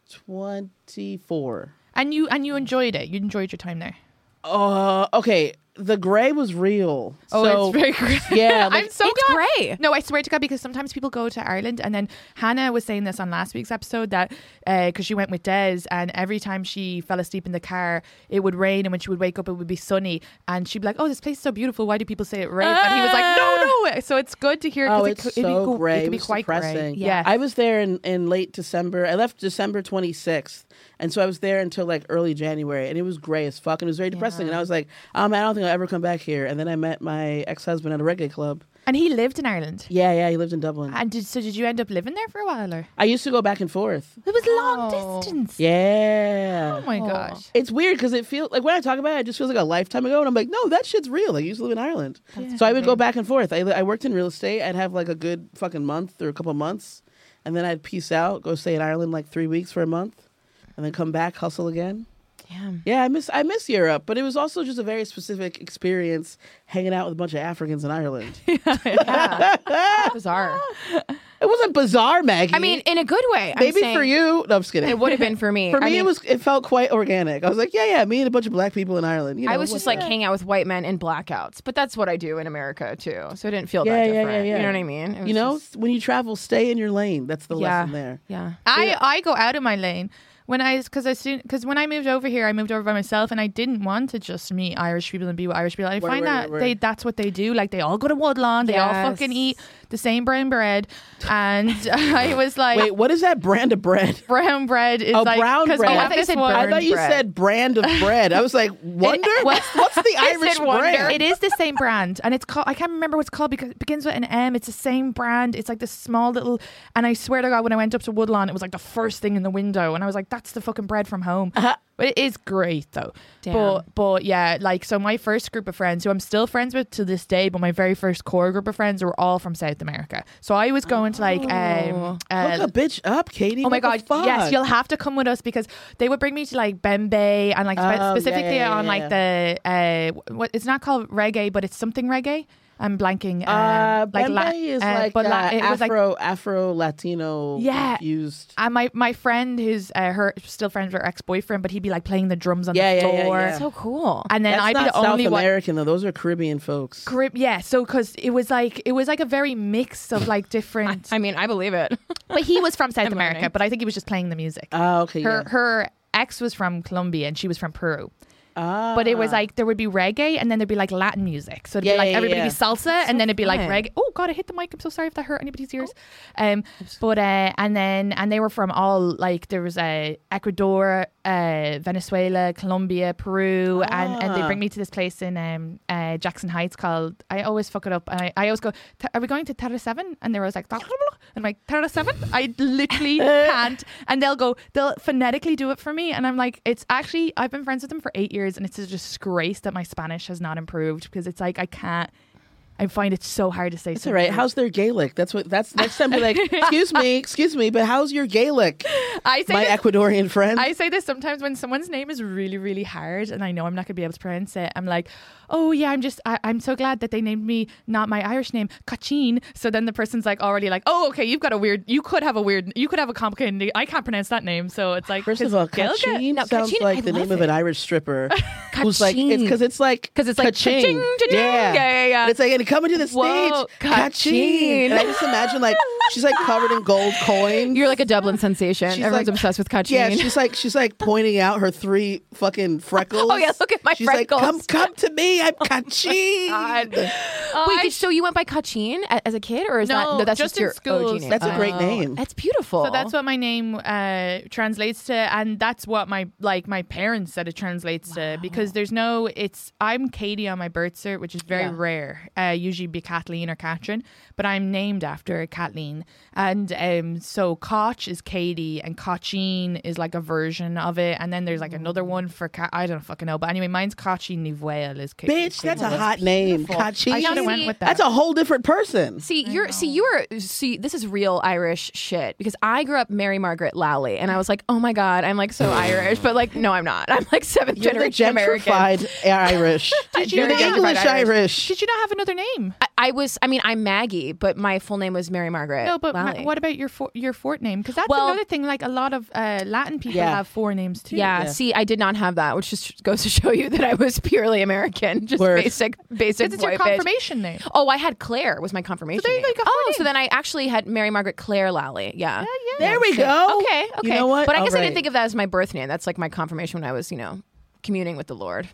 E: 24.
C: And you and you enjoyed it. You enjoyed your time there.
E: Uh, okay. The gray was real.
C: Oh,
E: so,
C: it's very great.
E: Yeah, like-
C: I'm so
D: It's
C: glad.
D: grey.
C: No, I swear to God, because sometimes people go to Ireland, and then Hannah was saying this on last week's episode that because she went with Des, and every time she fell asleep in the car, it would rain, and when she would wake up, it would be sunny, and she'd be like, "Oh, this place is so beautiful. Why do people say it rains?" and he was like, "No, no." So it's good to hear. 'cause
E: Ah. Oh,
C: it
E: it's
C: could- it'd be
E: so
C: go-
E: gray.
C: It could be
E: was
C: quite gray.
E: depressing.
C: Yeah.
E: I was there in, in late December. I left December 26th. And so I was there until like early January. And it was gray as fuck. And it was very depressing. And I was like, um, I don't think I'll ever come back here. And then I met my ex husband at a reggae club.
C: and he lived in Ireland.
E: Yeah, yeah, he lived in Dublin. I,
C: And did, so did you end up living there for a while, or
E: used to go back and forth.
C: it was long distance?
E: Yeah.
C: Oh my gosh.
E: It's weird because it feels like when I talk about it, it just feels like a lifetime ago. And I'm like, no, that shit's real. Like, I used to live in Ireland. so I would go back and forth. I, I worked in real estate. I'd have like a good fucking month or a couple months. And then I'd peace out, go stay in Ireland like three weeks for a month, and then come back, hustle again.
D: Yeah.
E: Yeah, I miss I miss Europe, but it was also just a very specific experience hanging out with a bunch of Africans in Ireland. it
D: bizarre.
E: wasn't bizarre, Maggie.
D: I mean, in a good way. I'm
E: maybe
D: saying
E: for you. No, I'm just kidding.
D: it would have been for me.
E: For
D: I
E: me, it
D: mean,
E: was it felt quite organic. I was like, yeah, yeah, me and a bunch of black people in Ireland. You know,
D: I was just
E: what's
D: like hanging out with white men in blackouts, but that's what I do in America too. So I didn't feel
E: Yeah,
D: that
E: yeah, yeah,
D: different.
E: yeah.
D: You know what I mean? It was
E: you know,
D: just-
E: when you travel, stay in your lane. That's the
D: yeah,
E: lesson there.
D: yeah.
C: I I go out of my lane when I because I soon because when I moved over here, I moved over by myself, and I didn't want to just meet Irish people and be with Irish people. I find
E: word,
C: that
E: word,
C: they
E: word.
C: that's what they do. Like they all go to Woodlawn, they all fucking
D: Yes.
C: eat the same brown bread, and I was like.
E: Wait, what is that brand of bread?
C: Brown bread is
E: Oh,
C: like
E: brown
C: because we
E: bread.
C: have
E: I thought
D: you
C: this
D: said
C: one-
D: brown
E: I thought you
D: bread.
E: said brand of bread. I was like, wonder what's, what's the
C: I
E: Irish
C: said wonder.
E: bread?
C: It is the same brand, and it's called. I can't remember what's called because it begins with an M. It's the same brand. It's like this small little. And I swear to God, when I went up to Woodlawn, it was like the first thing in the window, and I was like, "That's the fucking bread from home."
E: Uh-huh.
C: But it is great though. But but yeah, like so, my first group of friends, who I'm still friends with to this day, but my very first core group of friends were all from South America. So I was going to like um, uh,
E: Oh. Hook a bitch up, Katie.
C: Oh my
E: What the
C: god! Yes,
E: fuck?
C: you'll have to come with us because they would bring me to like Bembe and like spe-
E: Oh, yeah, yeah,
C: specifically
E: yeah,
C: on
E: yeah,
C: like the uh, what it's not called reggae, but it's something reggae. I'm blanking. Um,
E: Uh,
C: like
E: Bembe
C: la-
E: is
C: uh,
E: like
C: but
E: uh,
C: la- it was like
E: Afro Afro Latino
C: Yeah.
E: infused.
C: and my my friend who's uh, her still friends with her ex boyfriend, but he'd be like playing the drums on
E: Yeah,
C: the
E: yeah, yeah,
C: floor.
E: yeah.
D: so cool.
C: And then
E: That's
C: I'd be
E: not
C: the only
E: South
C: one.
E: American though. Those are Caribbean folks.
C: Carib- yeah, so because it was like it was like a very mix of like different.
D: I mean, I believe it.
C: but he was from South America,
D: learning.
C: but I think he was just playing the music.
E: Oh, okay.
C: her
E: yeah.
C: her ex was from Colombia and she was from Peru. But it was like there would be reggae and then there'd be like Latin music. So it'd
E: Ah. Yeah,
C: be like
E: yeah,
C: everybody
E: yeah.
C: be salsa and then it'd be like
D: fun.
C: reggae. Oh god, I hit the mic. I'm so sorry if that hurt anybody's ears. Um but uh and then and they were from all like there was uh, Ecuador, uh Venezuela, Colombia, Peru and and they bring me to this place in um uh Jackson Heights called I always fuck it up. And I, I always go, "Ta- are we going to Terra 7? And they were always like, "Ta- blah, blah, blah." and I'm like, Terra 7? I literally can't. And they'll go, they'll phonetically do it for me. And I'm like, it's actually, I've been friends with them for eight years and it's a disgrace that my Spanish has not improved because it's like, I can't I find it so hard to say.
E: That's all right. How's their Gaelic? That's what. That's next time. Be like, excuse me, excuse me, but how's your Gaelic,
C: I say
E: my
C: this-
E: Ecuadorian friend?
C: I say this sometimes when someone's name is really, really hard and I know I'm not going to be able to pronounce it. I'm like, oh, yeah, I'm just, I, I'm so glad that they named me not my Irish name, Cachin. So then the person's like, already like, oh, okay, you've got a weird, you could have a weird, you could have a complicated, na- I can't pronounce that name. So it's like,
E: First
C: 'cause
E: of all,
C: Gaelga-
E: Kachin
D: No,
E: sounds
D: Kachin,
E: like
D: I
E: the
D: love
E: name of an
D: it.
E: Irish stripper. who's like it's because it's like
D: 'Cause it's like
E: ka-ching.
D: cha-ching, cha-ching.
E: Yeah.
D: Yeah, yeah, yeah.
E: And it's like and coming to the
D: Whoa,
E: stage,
D: ka-ching.
E: Kachin. And I just imagine like she's like covered in gold coins.
D: You're like a Dublin sensation.
E: She's
D: Everyone's
E: like-
D: obsessed with Kachin.
E: Yeah, she's like she's like pointing out her three fucking freckles.
D: Oh, yeah, look at my
E: she's
D: freckles. Oh
E: Like, come come to me, I'm Kachin. Oh,
D: Wait, did- so you went by Kachin a- as a kid, or is
C: No,
D: that no, that's
C: just
D: just,
C: in
D: your oh,
C: schools.
D: OG name?
E: That's a great
D: Oh,
E: name.
D: That's beautiful.
C: So that's what my name uh, translates to, and that's what my like my parents said it translates to because there's no. It's I'm Katie on my birth cert, which is very rare. Uh, usually be Kathleen or Katrin, but I'm named after Kathleen, and um, so Koch is Katie, and Kachin is like a version of it, and then there's like another
E: Mm.
C: one for Ka- I don't fucking know, but anyway, mine's Kachin Nivuel is Katie.
E: Bitch, that's a hot name. Kachin.
C: I should have went with that.
E: That's a whole different person.
D: See, you're see you are see this is real Irish shit because I grew up Mary Margaret Lowley and I was like, "Oh my god, I'm like so Irish." But like, no, I'm not. I'm like 7th
E: You're the
D: generation American. I,
E: gentrified Irish. You're the
C: You're the
E: English
C: gentrified Irish.
E: Irish.
C: Did you not have another name?
D: I was I mean, I'm Maggie, but my full name was Mary Margaret.
C: No, Oh, but ma-
D: Lowley.
C: what about your for- your fort name? Because that's
D: Well-
C: another thing. Like a lot of uh, Latin people
E: Yeah.
C: have four names too.
D: yeah, see, I did not have that, which just goes to show you that I was purely American, just
E: Word.
D: basic, basic.
C: because it's your
D: white bitch.
C: confirmation name.
D: Oh, I had Claire was my confirmation.
C: there you
D: name.
C: go, you got four
D: oh, so
C: names.
D: then I actually had Mary Margaret Claire Lally. Yeah.
E: There we go.
D: Okay. Okay.
E: Oh, You know what?
D: But I
E: All
D: guess I
E: right.
D: didn't think of that as my birth name. That's like my confirmation when I was, you know, communing with the Lord.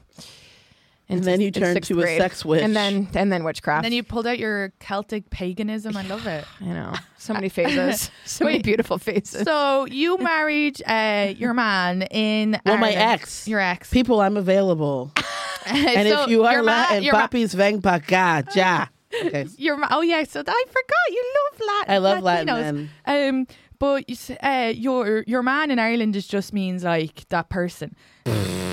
D: In
E: And then you
D: in
E: turned
D: sixth
E: to a
D: grade.
E: sex witch.
D: and then and then witchcraft.
C: And then you pulled out your Celtic paganism. I love it.
D: I know so many phases, so many
C: Wait.
D: beautiful phases.
C: So you married uh, your man in
E: Well, my
C: Ireland.
E: ex.
C: your ex.
E: People, I'm available. And if you are Latin,
C: your, ma-
E: Papi's veng pa ga, ja. Okay.
C: your ma- oh yeah. So I forgot you love Latin.
E: I love Latin
C: Latinos. Um, but you, s- uh, your your man in Ireland is just means like that person.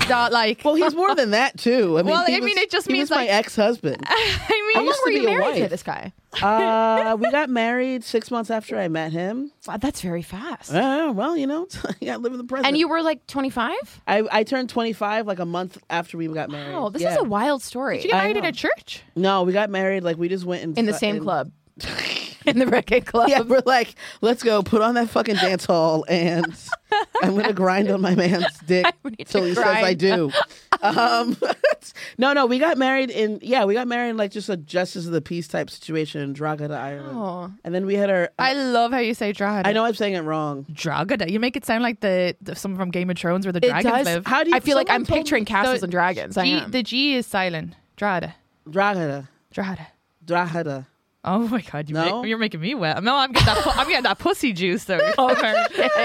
C: that like
E: Well, he's more than that too. I mean,
C: Well,
E: he
C: I mean,
E: was-
C: it just
E: he
C: means,
E: was
C: like-
E: my ex-husband.
C: I
E: I
C: mean.
D: how long
E: used to
D: were
E: be
D: you
E: a
D: married to
E: wife.
D: this guy?
E: uh, we got married six months after I met him.
D: Wow, that's very fast.
E: Uh, well, you know, you gotta live in the present.
D: and you were like 25.
E: I, I turned 25 like a month after we got married.
D: Wow, Oh, this
E: Yeah.
D: is a wild story.
C: You get married in a church?
E: No, we got married like we just went and
D: in the
E: fu-
D: same
E: and-
D: club, in the reggae club.
E: Uh, Yeah, we're like, let's go put on that fucking dance hall, and I'm gonna grind on my man's dick
D: need to
E: till he says I
D: grind.
E: do. um, no, no, we got married in yeah, we got married in like just a justice of the peace type situation in Drogheda, Ireland,
D: Oh.
E: and then we had our. I,
C: I love how you say Drogheda.
E: know I'm saying it wrong.
C: Drogheda. You make it sound like the, the someone from Game of Thrones where the dragons live.
E: How do you?
D: I feel like
E: someone
D: I'm
E: told me-
D: picturing castles and dragons. I
C: G-
D: am.
C: The G is silent. Drogheda.
E: Drogheda,
C: Drogheda.
E: Drogheda.
C: Oh my god, you
E: No?
C: make, you're making me wet. No, I'm getting that. Pu- I'm getting that pussy juice there. Oh,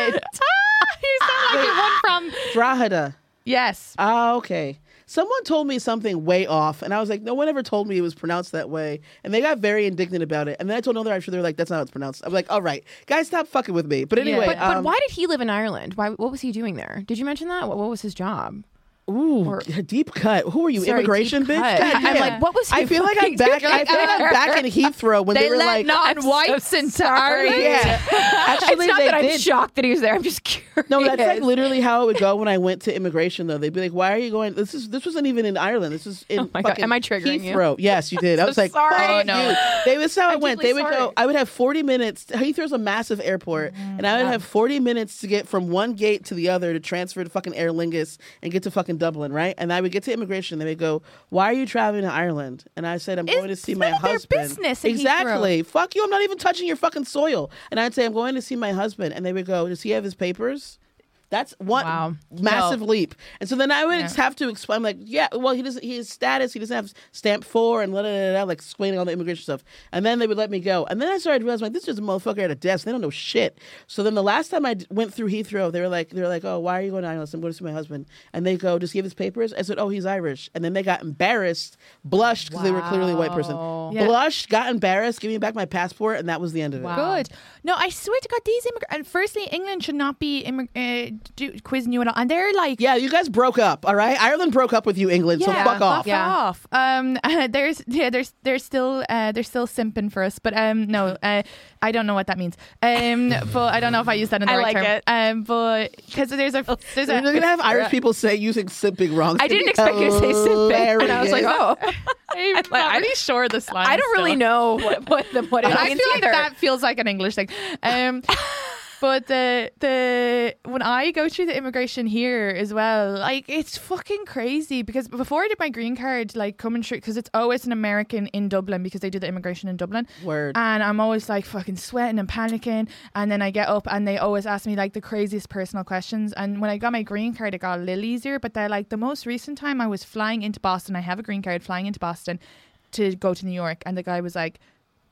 C: you sound like the one from.
E: Drogheda.
C: Yes.
E: Ah, okay. Someone told me something way off, and I was like, no one ever told me it was pronounced that way. And they got very indignant about it. And then I told another actually, they were like, that's not how it's pronounced. I'm like, all right, guys, stop fucking with me. But anyway,
D: But, but
E: um,
D: why did he live in Ireland? Why? What was he doing there? Did you mention that? What, what was his job?
E: ooh,
D: or-
E: deep cut. Who are you,
D: Sorry,
E: immigration
D: deep
E: bitch?
D: cut.
E: God
D: I'm
E: damn.
D: like, what was he
E: I feel like
D: fucking
E: I'm back.
D: doing
E: I feel like I'm back in Heathrow when they, were like,
C: non-whites
D: so
C: into
D: sorry.
C: Ireland?
E: yeah, actually,
D: it's not
E: they
D: that I'm
E: did.
D: shocked that he was there. I'm just curious.
E: No, that's like literally how it would go when I went to immigration. Though they'd be like, "Why are you going? This is this wasn't even in Ireland. This is in
D: Oh my God.
E: fucking
D: Am I triggering you?
E: Heathrow. Yes, you did. I was like,
D: sorry.
E: "Fuck
D: Oh, no.
E: you." They was how I went. They
D: deeply
E: would
D: sorry. Mm-hmm.
E: go. I would have forty minutes. Heathrow's a massive airport, and I would have forty minutes to get from one gate to the other to transfer to fucking Aer Lingus and get to fucking Dublin, right? And I would get to immigration. They would go, "Why are you traveling to Ireland?" And I said, "I'm going to see my
C: none of their
E: husband."
C: business in Heathrow.
E: exactly. Fuck you. I'm not even touching your fucking soil. And I'd say, I'm going to see my husband. And they would go, Does he have his papers? That's one
C: Wow.
E: massive
C: No.
E: leap. And so then I would have to explain, like, yeah, well, he doesn't, his status, he doesn't have stamp four and la da da da, like explaining all the immigration stuff. And then they would let me go. And then I started realizing, like, this is a motherfucker at a desk. They don't know shit. So then the last time I d- went through Heathrow, they were like, they were like, oh, why are you going to Ireland? I said, I'm going to see my husband. And they go, does he have his papers? I said, oh, he's Irish. And then they got embarrassed, blushed because they were clearly a white person.
C: Yeah.
E: Blushed, got embarrassed, gave me back my passport, and that was the end of it.
C: Good. No, I swear to God, these immigrants. And firstly, England should not be immig- uh, do, quizzing you and all, and they're like,
E: Yeah, you guys broke up, all right? Ireland broke up with you, England, so fuck off.
D: Yeah.
C: off. Um, there's yeah, there's there's still uh, they're still simping for us, but um, no, uh, I don't know what that means. Um, but I don't know if I use that in the
D: I
C: right
D: like
C: term.
D: it. Oh.
C: Um, but because there's a there's
E: You're gonna
C: a
E: have Irish people say using simping wrong. Oh,
D: I didn't expect you to say simping, and I was like,
E: Hilarious.
D: oh,
C: I'm not really sure this line.
D: I don't really
C: still.
D: know what what, the, what it means
C: I feel like
D: either.
C: that feels like an English thing. Um, but the the when I go through the immigration here as well, like it's fucking crazy because before I did my green card, like coming through because it's always an American in Dublin because they do the immigration in Dublin.
E: Word.
C: And I'm always like fucking sweating and panicking, and then I get up and they always ask me like the craziest personal questions. And when I got my green card, it got a little easier. But they're like the most recent time I was flying into Boston. I have a green card flying into Boston to go to New York, and the guy was like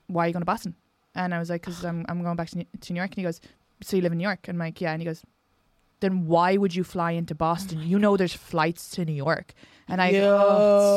C: why are you going to Boston? And I was like, because I'm, I'm going back to New, to New York. And he goes, so you live in New York? And I'm like, yeah. And he goes, then why would you fly into Boston? you know there's flights to New York. And I go,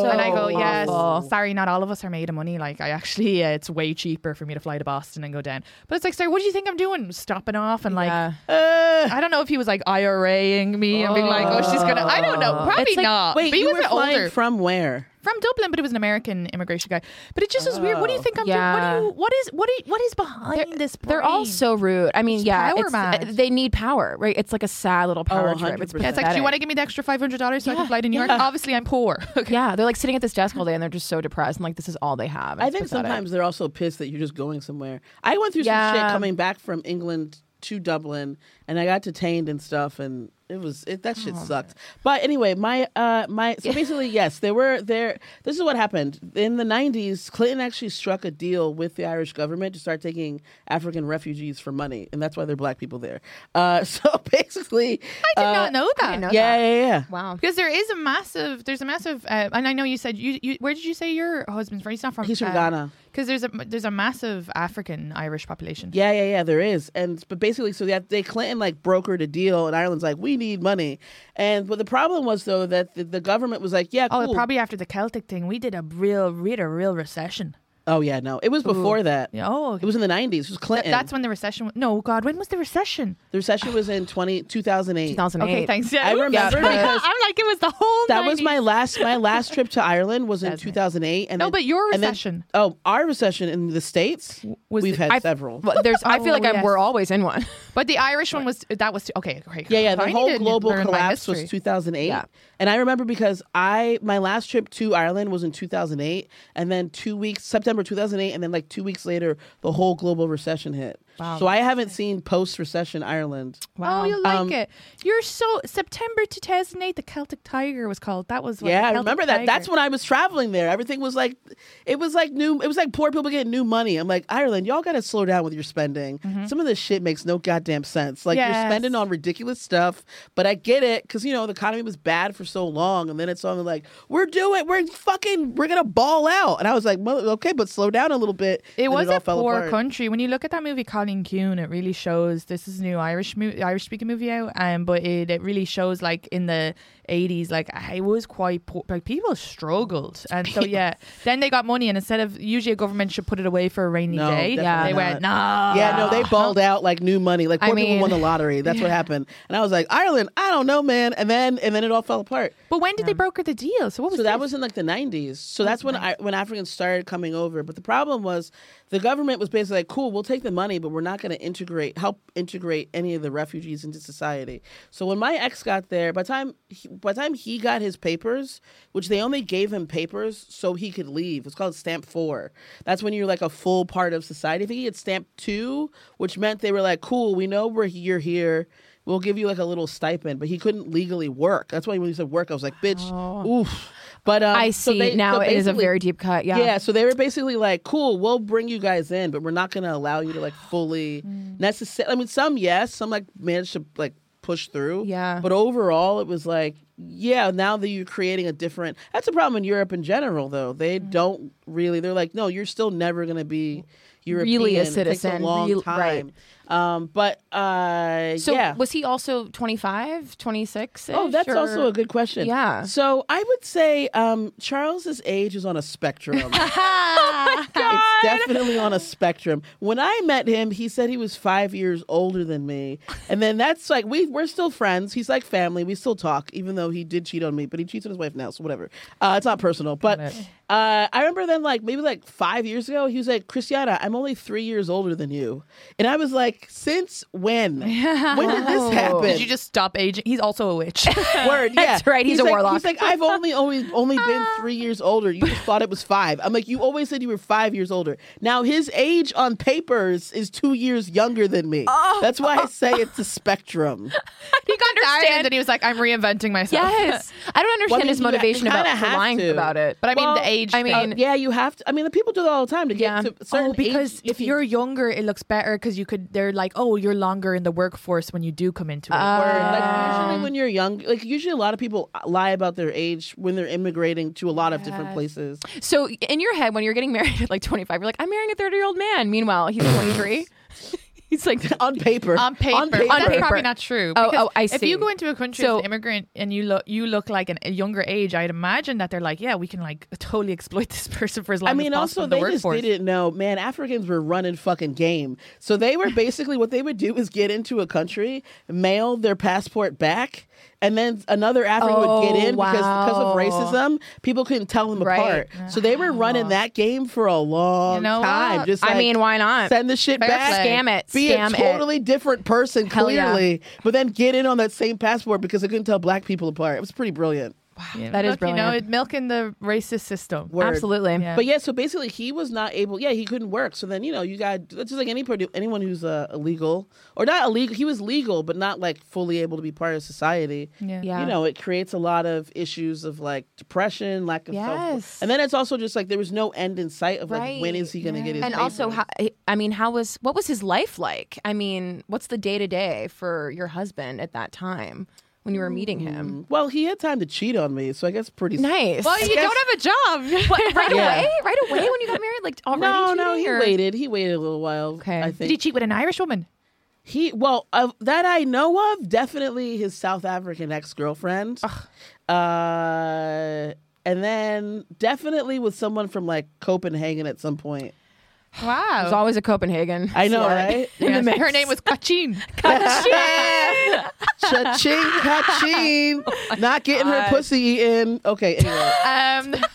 E: Yo.
C: and I go,
D: So
C: yes.
D: awful.
C: Sorry, not all of us are made of money. Like I actually, uh, it's way cheaper for me to fly to Boston and go down. But it's like, sir, what do you think I'm doing? Stopping off and like,
D: Yeah.
E: Uh,
C: I don't know if he was like IRAing me and being like, oh, she's gonna. I don't know. Probably
D: It's like-
C: not.
E: wait,
C: but he
E: you
C: was
E: were
C: an
E: flying
C: older
E: from where?
C: from Dublin, but it was an American immigration guy. But it just was weird. What do you think I'm
D: Oh, Yeah.
C: doing? What do you? What is what? Is, what is behind this?
D: They're all
C: brain?
D: so rude. I mean,
C: It's
D: yeah,
C: power
D: it's-
C: mad.
D: uh, they need power, right? It's like a sad little power trip. It's,
E: 100%.
C: Yeah, it's like, do you
D: pathetic.
C: want to give me the extra five hundred dollars so I
D: Yeah,
C: can fly to New York? Obviously, I'm poor.
D: Yeah, they're like sitting at this desk all day and they're just so depressed and like this is all they have.
E: I think sometimes they're also pissed that you're just going somewhere. I went through some
D: Yeah.
E: shit coming back from England to Dublin, and I got detained and stuff, and it was it, that
D: Oh,
E: shit sucked. But anyway, my uh my so basically yes, there were there. This is what happened in the '90s. Clinton actually struck a deal with the Irish government to start taking African refugees for money, and that's why there are black people there. Uh, so basically,
C: I did not know that.
E: yeah, yeah, yeah.
D: Wow.
C: Because there is a massive, there's a massive, uh, and I know you said you, you. Where did you say your husband's from? He's not from. uh,
E: He's from Ghana.
C: Because there's a there's a massive African Irish population.
E: Yeah, yeah, yeah. There is, and but basically, so that they Clinton like brokered a deal, and Ireland's like, we need money, and but the problem was though that the, the government was like, yeah,
C: Oh,
E: cool.
C: probably after the Celtic thing, we did a real, we had a real recession.
E: oh yeah, no, it was before that.
C: Yeah, oh,
E: It was in the '90s. It was Clinton.
C: that's when the recession. w- No, God, when was the recession?
E: the recession was in 20, 2008.
D: 2008.
C: Okay, thanks. Yeah,
E: I remember because-
C: I'm like it was the whole.
E: That was
C: 90s.
E: my last my last trip to Ireland was in
C: That's right.
E: 2008. And
C: No,
E: then-
C: but your
E: and then-
C: recession.
E: oh, our recession in the states.
C: was
E: we've
C: the-
E: had
D: I've-
E: several.
D: Well, there's. I
C: Oh,
D: feel like I'm,
C: yes.
D: we're always in one.
C: But the Irish one was that was okay. okay
E: Yeah, yeah.
C: I
E: The
C: need
E: whole
C: to
E: global
C: learn my
E: collapse was
C: history.
E: 2008,
D: Yeah.
E: and I remember because I my last trip to Ireland was in 2008, and then two weeks September 2008, and then like two weeks later, the whole global recession hit. So I haven't seen post recession Ireland.
C: Oh, you
E: Um,
C: like it? You're so September 2008. The Celtic Tiger was called. That was what
E: yeah,
C: the
E: I
C: Celtic
E: remember that.
C: Tiger-
E: That's when I was traveling there. Everything was like, it was like new. It was like poor people getting new money. I'm like, Ireland, y'all got to slow down with your spending. Some of this shit makes no goddamn sense. Like
C: Mm-hmm. Yes.
E: you're spending on ridiculous stuff, but I get it because you know the economy was bad for so long, and then it's on like we're doing, we're fucking, we're gonna ball out. And I was like, well, okay, but slow down a little bit.
C: It
E: And
C: was
E: all
C: a
E: fell
C: poor
E: apart.
C: country. When you look at that movie Colin Kuhn, it really shows. This is a new Irish mo- Irish speaking movie out, um, but it, it really shows like in the eighties, like I was quite poor. Like people struggled, and so yeah. then they got money, and instead of usually a government should put it away for a rainy
E: No,
C: day,
E: definitely
C: they went no.
E: Yeah, no, they balled out like new money. Like
D: I
E: poor people won the
D: mean-
E: lottery. That's what happened. And I was like, Ireland, I don't know, man. And then and then it all fell apart.
C: But when did they broker the deal? So what was
E: so that
C: this?
E: was in like the 90s so that's when I, when africans started coming over but the problem was the government was basically like cool we'll take the money but we're not going to integrate help integrate any of the refugees into society so when my ex got there by the time he, by the time he got his papers which they only gave him papers so he could leave it's called stamp 4 that's when you're like a full part of society i think he had stamp 2 which meant they were like cool we know we're you're here We'll give you like a little stipend, but he couldn't legally work. That's why when he said work, I was like, "Bitch, oof." But um,
D: I
E: so
D: see.
E: they-
D: now
E: so
D: it is a
E: basically-
D: very deep cut. Yeah.
E: yeah. So they were basically like, "Cool, we'll bring you guys in, but we're not going to allow you to like fully
D: Mm.
E: necessarily." I mean, some yes, some like managed to like push through.
D: Yeah.
E: But overall, it was like, yeah. Now that you're creating a different, that's a problem in Europe in general, though. They
D: Mm.
E: don't really. They're like, no, you're still never going to be. European.
D: Really a
E: It takes
D: citizen,
E: a long
D: real- right.
E: time. Um, but uh,
D: So
E: yeah.
D: was he also 25, 26?
E: Oh, that's also a good question.
D: Yeah.
E: So I would say um, Charles's age is on a spectrum. It's definitely on a spectrum. When I met him, he said he was five years older than me. And then that's like, we, we're still friends. He's like family. We still talk, even though he did cheat on me, but he cheats on his wife now, so whatever. Uh, it's not personal. But uh, I remember then, like, maybe like five years ago, he was like, Christiana, I'm only three years older than you. And I was like, since when? When did this happen?
C: Did you just stop aging? He's also a witch.
E: Word, yeah.
D: That's right, he's a
E: like,
D: warlock.
E: He's like, I've only always only been three years older. You just thought it was five. I'm like, you always said you were five years older. Now his age on papers is two years younger than me.
D: Oh.
E: That's why I say it's a spectrum.
C: he got tired and he was like, I'm reinventing myself.
D: Yes. I don't understand
E: Well, I mean,
D: his
E: you ha- you
D: motivation about
E: kinda
D: for
E: have
D: lying
E: to.
D: about it.
C: But I mean, the age.
D: I
C: thing.
D: mean,
E: yeah, you have to. I mean, the people do that all the time to get
D: Yeah.
E: to a certain
F: oh, because
E: age,
F: if
E: you-
F: you're younger, it looks better because you could. They're like, oh, you're longer in the workforce when you do come into it.
C: Uh,
E: Or, like usually when you're young, like usually a lot of people uh, lie about their age when they're immigrating to a lot of different places.
D: So in your head, when you're getting married at like 25, you're like, I'm marrying a 30 year old man. Meanwhile, he's 23. he's like, "Oh,
E: On paper,
C: on paper,
E: on paper.
C: that's
D: paper.
C: probably not true.
D: Oh,
C: because
D: oh, I
C: If
D: see.
C: you go into a country
D: So-
C: as an immigrant and you look, you look like an, a younger age. I'd imagine that they're like, yeah, we can like totally exploit this person for as long
E: I mean,
C: as possible
E: also
C: in the
E: they just
C: workforce.
E: didn't know. Man, Africans were running fucking game. So they were basically what they would do is get into a country, mail their passport back, and then another African would get
D: Oh,
E: in because because of
D: wow.
E: racism, people couldn't tell them
D: Right.
E: apart. So they were running that game for a long
C: You know
E: time.
C: what?
E: Just
D: I
E: like,
D: mean, why not?
E: Send the shit
C: Fair
E: back.
C: play.
D: Scam it.
E: Be
D: Scam
E: a
D: it.
E: totally different person,
D: Hell yeah.
E: clearly, but then get in on that same passport because they couldn't tell black people apart. It was pretty brilliant.
C: Yeah.
D: That is
C: Look, You know,
D: brilliant.
C: it- milking the racist system.
E: Word.
D: absolutely.
C: Yeah.
E: But yeah, so basically he was not able. Yeah, he couldn't work. So then you know you got just like any produ- anyone who's uh, illegal or not illegal. He was legal, but not like fully able to be part of society.
C: Yeah.
D: Yeah.
E: You know, it creates a lot of issues of like depression, lack of
D: Yes.
E: self. And then it's also just like there was no end in sight of like when is he going to get his
D: and also,
E: papers?
D: how, eh, I mean, how was what was his life like? I mean, what's the day to day for your husband at that time when you were meeting him?
E: well, he had time to cheat on me, so I guess pretty
D: Nice.
C: Well, you don't have a job.
D: What, right
E: Yeah.
D: away, right away when you got married, like already.
E: No,
D: two
E: no, he
D: days, or-
E: waited. He waited a little while.
D: Okay.
E: I
D: Did
E: think.
C: Did he cheat with an Irish woman?
E: He well of that I know of definitely his South African ex girlfriend, uh, and then definitely with someone from like Copenhagen at some point.
C: Wow.
D: There's always a Copenhagen.
E: I know,
D: slut
E: right?
D: In the mix.
C: Her name was Kachin.
E: Cha-ching, ka-ching. not getting her pussy eaten. Okay, anyway.
C: um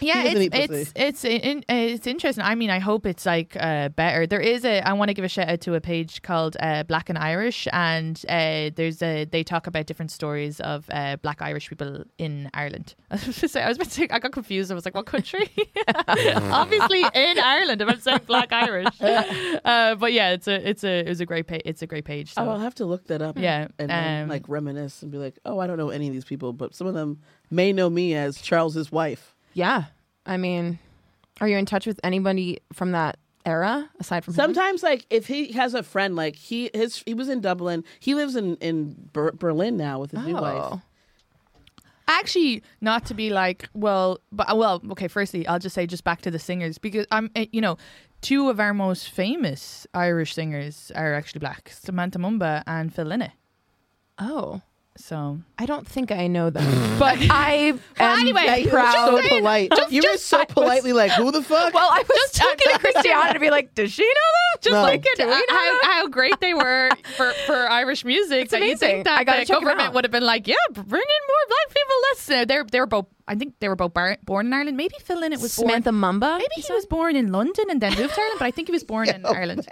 C: yeah
E: doesn't
C: it's
E: eat
C: it's it's in, it's interesting i mean i hope it's like uh better there is a i want to give a shout out to a page called uh black and irish and uh there's a they talk about different stories of uh black irish people in ireland i was about to say i was about to say, i got confused i was like what country obviously in ireland if i'm saying black irish uh but yeah it's a it's a it was a great page it's a great page so.
E: Oh, I'll have to look that up.
C: Yeah,
E: and then,
C: um,
E: like reminisce and be like, oh, I don't know any of these people, but some of them may know me as Charles's wife.
D: Yeah. I mean, are you in touch with anybody from that era aside from him?
E: Mm-hmm. Sometimes, like if he has a friend, like he his he was in Dublin. He lives in in Ber- Berlin now with his new wife.
D: Oh.
C: actually not to be like well but uh, well okay firstly i'll just say just back to the singers because i'm eh, you know two of our most famous irish singers are actually black samantha mumba and phil Lynott.
D: Oh.
C: so
D: I don't think I know them. but I am
C: anyway,
D: proud.
E: so polite. you were so politely like, who the fuck?
D: well, I was talking to Christiana to be like, does she know them? Just
E: No.
D: like, do we know
C: how,
D: them?
C: how great they were for, for Irish music. that you
D: amazing.
C: think that
D: I gotta
C: the
D: check 'em
C: government
D: out.
C: would have been like, yeah, bring in more black people. Let's. Uh, they're they were both. I think they were both bar- born in Ireland. Maybe Phil Lynott was born.
D: Samantha Mumba?
C: Maybe he was born in London and then moved to Ireland, but I think he was born in Ireland.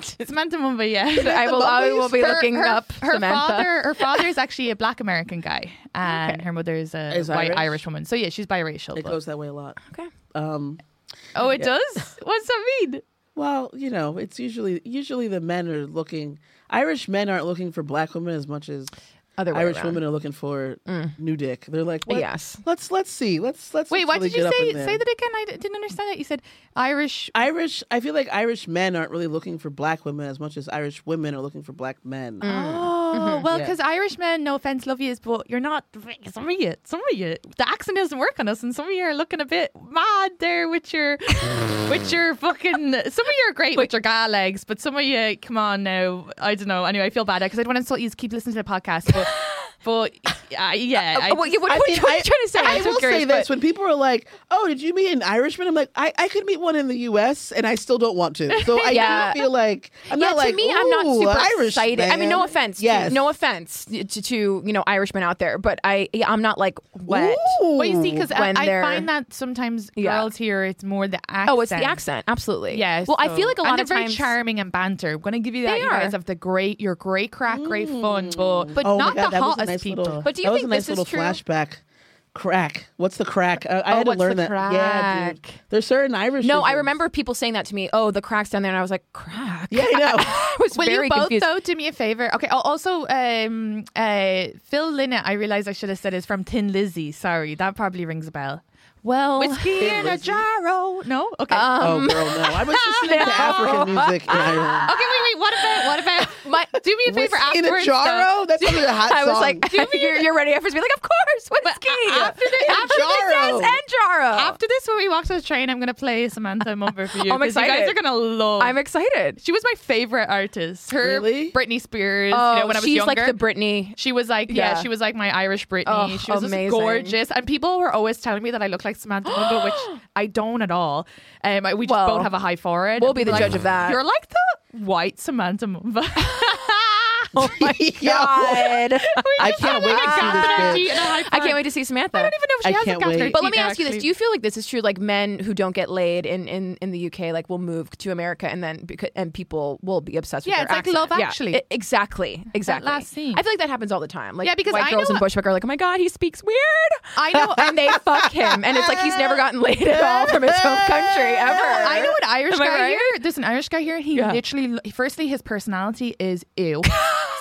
C: Samantha Mumba, yeah.
D: I will, I will be
C: Her-
D: looking
C: her-
D: up
C: her
D: Samantha.
C: father. Her father is actually a Black American guy, and her mother is a
E: Is
C: white
E: Irish?
C: Irish. woman. So yeah, she's biracial.
E: it
C: but-
E: goes that way a lot.
D: Okay.
E: Um,
C: oh, it does. What's that mean?
E: well, you know, it's usually usually the men are looking. Irish men aren't looking for black women as much as
D: Other way
E: Irish
D: around.
E: women are looking for new dick. They're like, what?
D: Yes.
E: Let's let's see. Let's let's.
C: Mm. Wait,
E: let's
C: what
E: really
C: did you
E: get up
C: say?
E: in there.
C: Say that again. I d- didn't understand that. You said Irish.
E: Irish, I feel like Irish men aren't really looking for black women as much as Irish women are looking for black men.
C: Oh,
D: Mm-hmm.
C: well,
E: Yeah.
C: because Irish men, no offense, love you, but you're not. Some of you, some of you, the accent doesn't work on us, and some of you are looking a bit mad there with your, with your fucking. Some of you are great with your guy legs, but some of you, come on now, I don't know. Anyway, I feel bad because I don't want to insult you. Keep listening to the podcast, but, but uh, yeah. I
D: Uh, what,
C: just-
D: what, what,
E: mean,
D: what are you trying to say?
E: I
D: I'm so
E: will
D: curious,
E: say this:
D: but-
E: when people are like, "Oh, did you meet an Irishman?" I'm like, I, I could meet one in the U.S. and I still don't want to. So I
D: Yeah.
E: do feel like I'm
D: yeah,
E: not like
D: to me, I'm not
E: "Ooh,
D: super
E: Irish
D: excited. I mean, no
E: man."
D: offense.
E: Yes.
D: To, no offense to, to you know Irishmen out there, but I yeah, I'm not like what.
E: Ooh.
C: But you see, because I,
D: when
C: I
D: they're-
C: find that sometimes
D: Yeah.
C: girls here, it's more the accent.
D: Oh, it's the accent. Absolutely.
C: Yeah.
D: Well, I
C: so-
D: feel like a lot
C: and
D: of
C: they're
D: times.
C: very charming and banter. I'm gonna give you that.
D: They
C: you guys
D: are. Mm.
C: have the great, your great crack, great fun, but but
E: Oh my
C: not
E: God,
C: the
E: that was a
C: hottest
E: nice
C: people.
E: Little,
D: But do you
E: that was
D: think
E: a nice
D: this is
E: little
D: true? Oh,
E: flashback? Crack. What's the crack? Uh, I had to
C: what's
E: learn
C: the
E: that. Yeah, dude.
C: crack?
E: There's certain Irish.
D: no, I remember people saying that to me. Oh, the cracks down there, and I was like, crack.
E: Yeah, I know.
D: I was
C: Will
D: very
C: you both
D: confused.
C: though do me a favor? Okay. I'll Also, um, uh, Phil Lynott, I realize I should have said is from Tin Lizzy. Sorry, that probably rings a bell. Well, whiskey in a jarro. No. Okay.
D: Uh, Um,
E: oh girl, no. I was listening to African music in Ireland.
C: okay. Wait. Wait. What about? What about?
D: My,
C: Do me a favor
E: in a
C: afterwards. though.
E: jarro? That's probably a hot
D: I was
E: song.
D: like, you're, you're ready after me. Like, of course, whiskey.
C: after the-
D: And
C: after the
D: Jarro.
E: Jarro.
D: and Jarro.
C: After this, when we walk to the train, I'm gonna play Samantha Mumber for you.
D: Oh. I'm
C: 'cause You guys
D: excited.
C: are gonna love.
D: I'm excited.
C: she was my favorite artist. Her
E: Really?
C: Britney Spears. you know, when I was
D: oh, she's
C: younger.
D: like the Britney.
C: She was like, yeah.
D: Yeah.
C: she was like my Irish Britney.
D: Oh,
C: she was just
D: amazing.
C: gorgeous, and people were always telling me that I look like Samantha Mumbo, which I don't at all. Um, I- we just
D: Well,
C: both have a high forehead.
D: we'll be
C: People
D: the
C: are like,
D: judge of that.
C: You're like the white Samantha Mumbo.
D: Oh my
E: Yo.
D: god.
E: I can't wait to see this bitch.
D: I can't wait to see Samantha.
C: I don't even know if she
E: I
C: has
E: can't
C: a
E: wait.
C: catheter.
D: But let me ask you this: Do you feel like this is true? Like men who don't get laid in in, in the UK, like will move to America, and then beca- and people will be obsessed
C: Yeah, it's
D: with their
C: like Love
D: accent. Yeah,
C: Actually.
D: e- exactly, exactly.
C: last scene.
D: I feel like that happens all the time. Like
C: Yeah, because
D: white
C: I
D: girls
C: know-
D: in Bushwick are like, oh my god, he speaks weird.
C: I know-
D: and they fuck him, and it's like he's never gotten laid at all from his home country ever.
C: I know an Irish
D: Am I
C: guy
D: right?
C: here. There's an Irish guy here. He
D: Yeah.
C: literally, firstly, his personality is ew.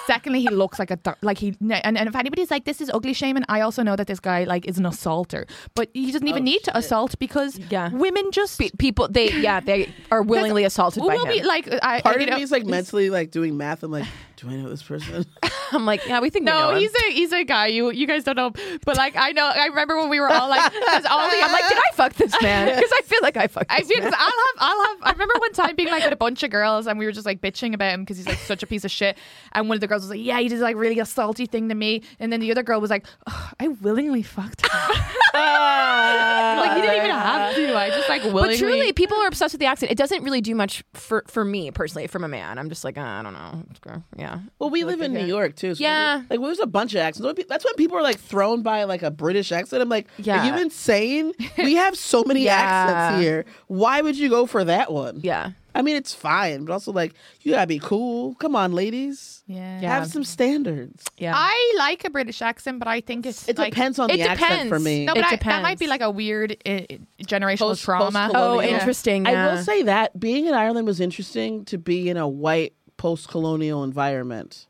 C: Secondly, he looks like a dar- like he. no, And, and if anybody's like, this is ugly shaming, I also know that this guy like is an assaulter, but he doesn't even need to assault because
D: Oh, Yeah.
C: women just
D: Pe- people, they yeah, they are willingly assaulted by
C: will
D: him.
C: be like I,
E: Part
C: I, you
E: of
C: know-
E: me is like mentally like doing math. I'm like, do I know this person?
D: I'm like, yeah, we think we know
C: No,
D: him."
C: Oh, he's a he's a guy. You you guys don't know, but like I know. I remember when we were all like, 'cause all the,
D: I'm like, did I fuck this man? Because I feel like I fucked.
C: I
D: This
C: feel
D: man.
C: because I'll have I'll have I remember one time being like with a bunch of girls and we were just like bitching about him because he's like such a piece of shit and one of the girls was like yeah he did like really a salty thing to me and then the other girl was like "Ugh, I willingly fucked him like he didn't even have to I just like willingly
D: But truly, people are obsessed with the accent. It doesn't really do much for, for me personally, from a man. I'm just like, uh, I don't know. Screw- Yeah.
E: Well, we live in New York too. So
D: Yeah.
E: we- like there's a bunch of accents. That's when people are like thrown by like a British accent. I'm like,
D: Yeah.
E: are you insane? we have so many
D: Yeah.
E: accents here. Why would you go for that one?
D: Yeah.
E: I mean, it's fine, but also like you gotta be cool. Come on, ladies.
C: yeah.
E: Have some standards.
D: Yeah.
C: I like a British accent but I think it's
E: It
C: like,
E: depends on
D: it
E: the accent for
D: depends.
E: me.
C: no but
D: It
C: I, that
D: depends.
C: might be like a weird uh, generational
E: Post-
C: trauma
D: oh,
E: Yeah.
D: interesting.
E: I will say that being in Ireland was interesting to be in a white post-colonial environment.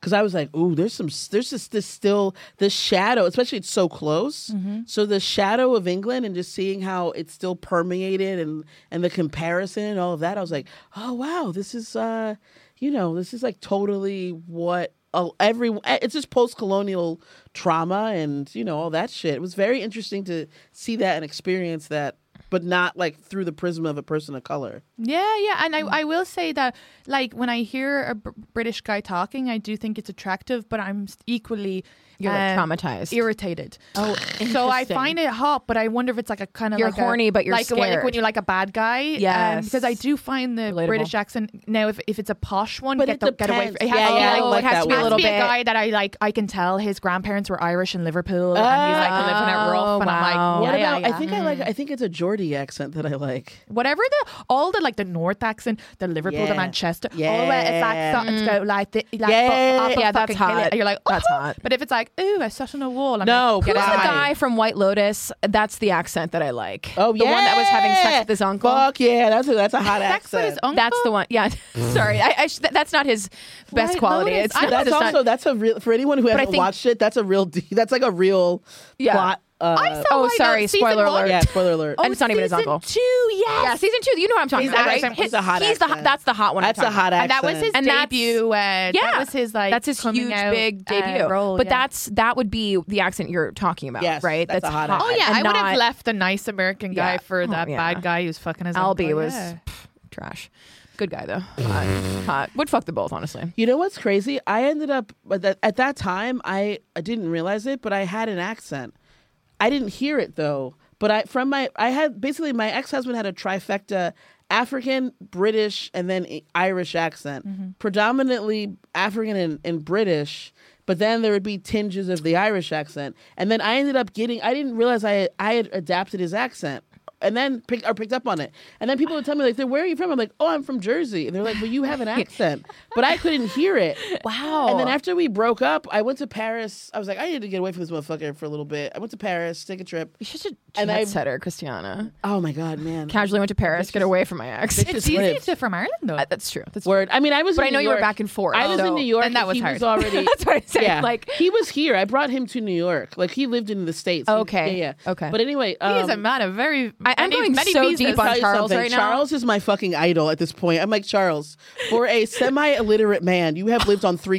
E: Because I was like, ooh, there's some, there's just this still, this shadow, especially it's so close.
C: Mm-hmm.
E: So the shadow of England and just seeing how it's still permeated and and the comparison and all of that, I was like, oh wow, this is, uh, you know, this is like totally what uh, every, it's just post-colonial trauma and you know all that shit. It was very interesting to see that and experience that, but not like through the prism of a person of color.
C: Yeah, yeah, and I, I will say that like when I hear a br- British guy talking, I do think it's attractive, but I'm s- equally um,
D: You're, like, traumatized.
C: irritated. Oh, so I find it hot, but I wonder if it's like a kind of
D: You're
C: like a-
D: horny, but you're
C: like, when- like
D: scared.
C: when you like a bad guy. Yeah,
D: Yes.
C: because I do find the
D: Relatable.
C: British accent now. If, if it's a posh one,
E: But
C: get,
E: it
C: the, get away.
E: depends.
C: From, it has
E: Yeah,
C: to
E: yeah, I
C: be
E: don't
C: like,
E: like
C: Oh, it has
E: that
C: to be a
E: one.
C: little
E: Has
C: bit.
D: to be a
C: guy that I like. I can tell his grandparents were Irish in Liverpool, and he's like living at Rome, and I'm
D: Oh.
C: like,
E: What
C: yeah,
E: about?
C: yeah, yeah.
E: I think I like. I think it's a Geordie accent that I like.
C: whatever the all the like the North accent, the Liverpool, the
E: Yeah.
C: Manchester, all that it's like
E: Yeah.
C: starting to go like the, like
E: Yeah.
C: yeah,
D: Yeah, that's hot.
C: You're like, oh.
D: That's hot.
C: But if it's like, ooh, I sat on a wall. I'm
E: No,
C: like,
D: Who's
C: get
D: the
C: out.
D: guy from White Lotus? That's the accent that I like.
E: Oh
D: the
E: yeah,
D: The one that was having sex with his uncle.
E: Fuck yeah, that's a, that's a hot
C: Sex with his
E: accent.
C: uncle.
D: That's the one. Yeah. Sorry, I, I sh- that- that's not his best
C: White
D: quality.
C: Lotus.
D: It's
C: I
D: not,
E: That's
D: it's not-
E: also that's a real for anyone who
D: I
E: hasn't
D: think-
E: watched it. That's a real. d- That's like a real
D: Yeah.
E: plot. Uh,
C: I saw
D: Oh,
C: White
D: sorry,
C: Lotus season
D: spoiler
C: one.
D: alert.
E: yeah, spoiler alert.
D: and it's not even his
C: Season
D: uncle.
C: Two, yes.
D: Yeah, season two. You know what I'm talking
C: He's
D: about,
C: that
D: right?
C: accent.
E: He's a hot
D: he's the
E: accent.
D: that's the hot one. I'm
E: That's a
D: talking
E: hot
D: about.
C: And
E: accent.
C: that was his
D: And that's-
C: debut. Uh, that
D: Yeah.
C: was his like.
D: that's his
C: coming
D: huge
C: out,
D: big
C: uh,
D: debut.
C: role,
D: but
C: yeah.
D: that's that would be the accent you're talking about,
E: Yes,
D: right?
E: that's a hot
C: Oh yeah,
D: and
C: I would have
D: not-
C: left the nice American guy
D: Yeah.
C: for
D: Oh,
C: that
D: yeah. oh,
C: bad guy who's fucking his.
D: Albie
C: uncle,
D: was
C: yeah.
D: pff, trash. Good guy though. Hot. Hot. Would fuck the both, honestly.
E: You know what's crazy? I ended up at that, at that time. I, I didn't realize it, but I had an accent. I didn't hear it though. But I from my I had basically my ex husband had a trifecta: African, British, and then I- Irish accent, predominantly African and, and British. But then there would be tinges of the Irish accent, and then I ended up getting. I didn't realize I I had adapted his accent. And then pick, or picked up on it, and then people would tell me like, "Where are you from?" I'm like, "Oh, I'm from Jersey," and they're like, "Well, you have an accent," but I couldn't hear it.
D: Wow.
E: And then after we broke up, I went to Paris. I was like, I need to get away from this motherfucker for a little bit. I went to Paris, take a trip.
D: you should
E: And I-
D: jet setter, Christiana.
E: Oh my god, man.
D: Casually went to Paris, get away from my ex.
E: Just
C: It's easy
E: lives.
C: to from Ireland though.
D: Uh, That's true. That's
E: Word. I mean, I was.
D: But
E: in
D: I know
E: New
D: you were
E: York.
D: back and forth,
E: I was
D: so-
E: in New York.
C: Then that
E: and
C: was
E: he
C: hard.
E: was already.
D: That's what I'm saying,
E: Yeah.
D: like-
E: he was here. I brought him to New York. Like he lived in the states. He-
D: Oh, Okay.
E: yeah, yeah.
D: Okay.
E: But anyway, um,
C: he is a man of very.
D: I- I'm
C: many-
D: going
C: many
D: so
C: visas.
D: deep on
E: I'll tell you
D: Charles
E: something.
D: right now?
E: Charles is my fucking idol at this point. I'm like Charles. For a semi-illiterate man, you have lived on three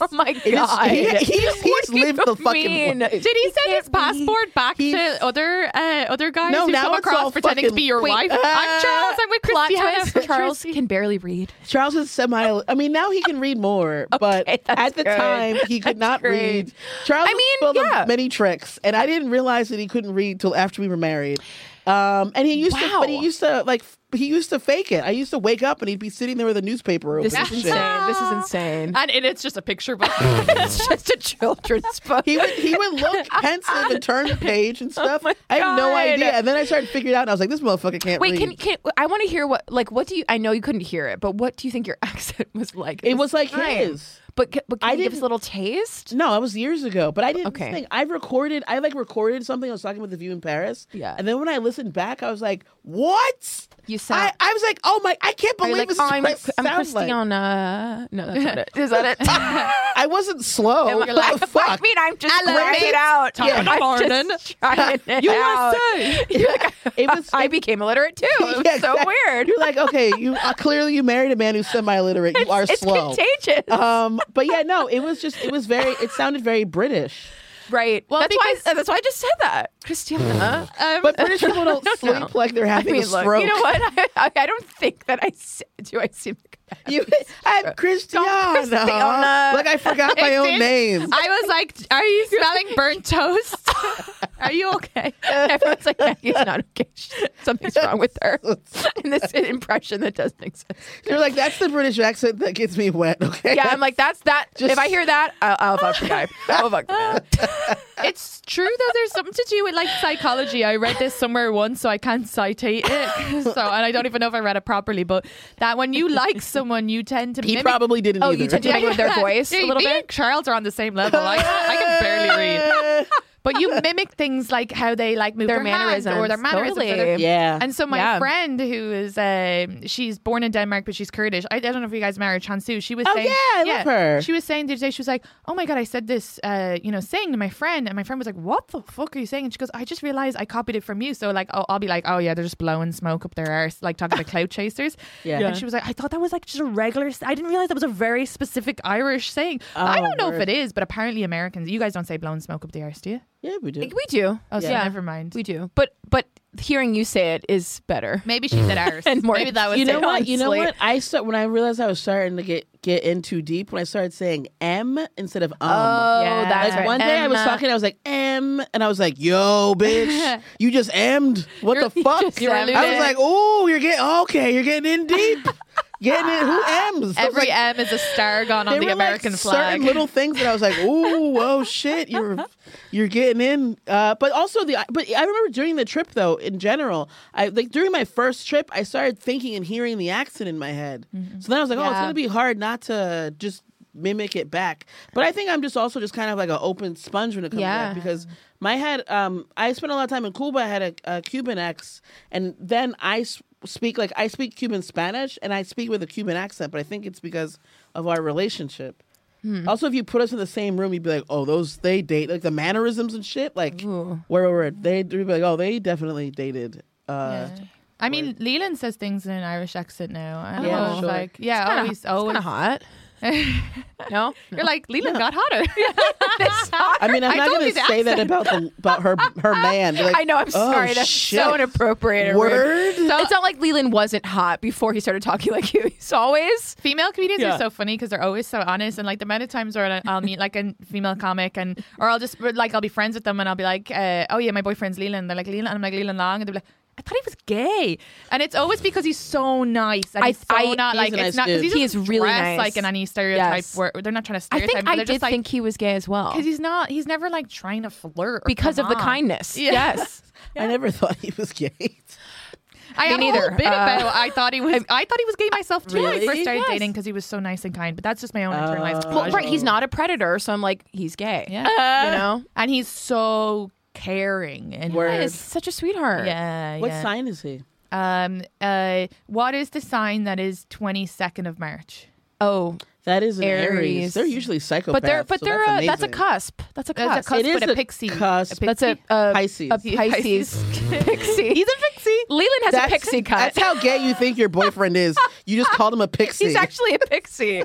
D: Oh my
E: It is-
D: god.
E: he- he's,
D: What
E: he's
D: do you
E: lived the fucking.
D: mean?
E: world.
C: Did he send
D: can't
C: his passport back
E: He-
C: to other uh, other guys
E: No,
C: who
E: now
C: come
E: it's all
C: across pretending to be
E: fucking-
C: your
E: Wait,
C: wife?
E: uh,
C: I'm Charles. I'm with
D: Plot
C: Christiana.
D: twist, Charles can barely read.
E: Charles is semi. I mean, now he can read more, but
D: that's
E: at the
D: good.
E: time he could not
D: great.
E: read. Charles
D: I
E: was
D: mean,
E: full
D: yeah.
E: of many tricks, and I didn't realize that he couldn't read till after we were married. Um, and he used to, but he
D: Wow.
E: used to like f- he used to fake it. I used to wake up and he'd be sitting there with a newspaper.
D: This
E: open
D: is
E: and shit.
D: insane. This is insane.
C: and it- it's just a picture book.
D: it's just a children's book.
E: He would he would look pensive and turn the page and stuff.
D: Oh my
E: I have no
D: God.
E: idea. And then I started figuring it out, and I was like, this motherfucker can't
D: Wait,
E: read.
D: can can I want to hear what like what do you? I know you couldn't hear it, but what do you think your accent was like? at
E: It
D: this
E: was like
D: time?
E: his.
D: But ca- but can
E: I
D: you give us a
E: didn't-
D: little taste?
E: No, that was years ago. But I didn't
D: Okay.
E: think I recorded. I like recorded something. I was talking with the view in Paris.
D: Yeah.
E: And then when I listened back, I was like, "What?"
D: You sound-
E: I, I was like, "Oh my! I can't
D: Are you
E: believe
D: like,
E: this. is
D: "Oh, I'm,
E: what I
D: I'm
E: sound like."
D: Christiana. No, that's not it. Is that it?
E: I wasn't slow. What the Oh, fuck?
D: I mean, I'm just
E: Elevated.
D: grinding it out.
E: Yeah.
D: I'm just trying it out. You're like,
E: It was.
D: I
E: it-
D: became illiterate too. It was
E: yeah,
D: so
E: exactly.
D: weird.
E: You're like, okay, you uh, clearly you married a man who's semi-illiterate. You are
D: it's
E: slow.
D: contagious,
E: Um, but yeah, no, it was just, it was very, it sounded very British.
D: right? Well, that's why.
C: because-
D: That's why I just said that, Christiana.
E: But British people don't, sleep
D: know.
E: like they're
D: I
E: having
D: mean,
E: a
D: look,
E: stroke.
D: you know what? I, I, I don't think that I s- do. I seem like
E: You, I'm Christiana.
D: Christiana.
E: Like I forgot my own name.
C: I was like, "Are you smelling burnt toast? Are you okay?"
D: everyone's like Maggie's not okay. She- Something's wrong with her. And this impression that doesn't exist.
E: You're like that's the British accent that gets me wet. Okay.
D: Yeah, I'm like that's that.
E: Just-
D: if I hear that, I'll, I'll fuck the guy. I'll fuck the man.
C: It's true though. There's something to do with like psychology. I read this somewhere once, so I can't citate it. So, and I don't even know if I read it properly, but that when you like someone, you tend to
E: He
C: mimic
E: probably didn't.
D: Oh,
E: either.
D: you tend to with their voice a
C: Yeah,
D: little
C: me
D: bit.
C: and Charles are on the same level. I, I can barely read. But you mimic things like how they like move
D: Their
C: their, hands or their
D: mannerisms,
C: mannerisms. or their-
D: totally.
E: Yeah.
C: And so my
D: Yeah.
C: friend who is um, she's born in Denmark but she's Kurdish. I, I don't know if you guys married Chansu. She was
E: Oh,
C: saying
E: yeah, I love her.
C: She was saying the other day she was like, "Oh my god, I said this uh, you know, saying to my friend." And my friend was like, "What the fuck are you saying?" And she goes, "I just realized I copied it from you." So like, oh, I'll be like, "Oh yeah, they're just blowing smoke up their arse like talking about cloud chasers."
E: Yeah.
C: And she was like, "I thought that was like just a regular s- I didn't realize that was a very specific Irish saying." I
E: Oh,
C: don't know if it
E: word.
C: is, but apparently Americans, you guys don't say blowing smoke up the arse, do you?
E: yeah, we do.
D: We do.
C: Oh, so
D: Yeah.
C: never mind.
D: We do. But but hearing you say it is better.
C: Maybe she said arse.
D: And more-
C: Maybe that was
D: You
E: you
C: it.
E: know what? You know
D: honestly.
E: what? I start when I realized I was starting to get get in too deep when I started saying M instead of um.
D: Oh,
C: Yeah.
D: that's
E: like
D: right. uh,
E: one day I was
D: Emma.
E: talking, I was like M, and I was like, "Yo, bitch, you just M'd. What the fuck?"
D: You're
E: I was
D: alluded.
E: like, "Oh, you're getting okay. You're getting in deep. getting in who M's? I was
C: Every
E: like,
C: M is a star gone
E: There
C: on the
E: were,
C: American
E: like,
C: flag.
E: Certain little things that I was like, "Ooh, whoa, shit, you're you're getting in." Uh, but also the but I remember during the trip though. In general, I like during my first trip, I started thinking and hearing the accent in my head.
C: Mm-hmm.
E: So then I was like, "Oh, it's
D: Yeah.
E: gonna be hard not to just." mimic it back but i think i'm just also just kind of like an open sponge when it comes
D: Yeah.
E: to that because my head um i spent a lot of time in cuba i had a, a cuban ex and then i s- speak like i speak cuban spanish and i speak with a cuban accent but i think it's because of our relationship
D: Hmm.
E: also, if you put us in the same room, you'd be like, "Oh, those they date like the mannerisms and shit." Like, where where where they would be like, "Oh, they definitely dated." Uh,
C: I mean, Leland says things in an Irish accent now. I don't
E: Yeah,
C: know. it's
E: sure.
C: Like, yeah, always,
D: Oh, It's
C: always.
D: kind of hot. No,
C: You're like Leland got hotter.
E: I mean, I'm
D: I
E: not
D: told
E: going
D: you
E: to
D: the
E: say that about the, about her her man. Be like,
D: I know. I'm
E: "Oh,
D: sorry. That's
E: shit.
D: so inappropriate. and rude."
E: Word.
D: So, it's not like Leland wasn't hot before he started talking like you. He's always.
C: female comedians
E: Yeah.
C: are so funny because they're always so honest and like the amount of times where I'll meet like a female comic and or I'll just like I'll be friends with them and I'll be like uh, oh yeah my boyfriend's Leland they're like Leland and I'm like Leland Long and they're like I thought he was gay and it's always because he's so nice and
D: I-
C: he's so
D: I-
C: not like
D: he's
E: a
C: it's
E: nice
C: not 'cause
E: dude.
D: He
C: doesn't
D: is really
C: dress,
D: nice.
C: like in any stereotype
D: Yes.
C: where they're not trying to
D: I
C: stereotype
D: think
C: but
D: I
C: they're
D: did
C: just like
D: think he was gay as well
C: because he's not he's never like trying to flirt or
D: because of
C: come
D: the
C: on.
D: kindness.
C: Yeah.
D: Yes.
E: I never thought he was gay.
C: I have a
D: neither.
C: whole bit
D: Uh,
C: about I thought he was I thought he was gay myself too when I
E: Really?
C: first started
D: Yes. Uh,
C: dating because he was so nice and kind but that's just my own internalized
D: Well, right.
C: misogyny.
D: He's not a predator, so I'm like, he's gay.
C: Yeah.
D: you know,
C: and he's so caring and
D: He is such a sweetheart.
C: yeah
E: What
C: yeah.
E: sign is he?
C: um uh what is the sign that is 22nd of march
D: Oh,
E: That is an Aries.
D: Aries.
E: They're usually psychopaths.
D: but they're but
E: Oh, so
D: they're
E: that's,
D: uh, that's a
E: amazing.
D: cusp. That's a cusp.
C: That's a cusp
E: It is
C: with a,
E: a
C: pixie
E: cusp.
D: That's a, a
E: Pisces.
D: A Pisces. pixie. He's a pixie. Leland has
E: That's,
D: a pixie cut.
E: That's how gay you think your boyfriend is. You just called him a pixie.
D: He's actually a pixie.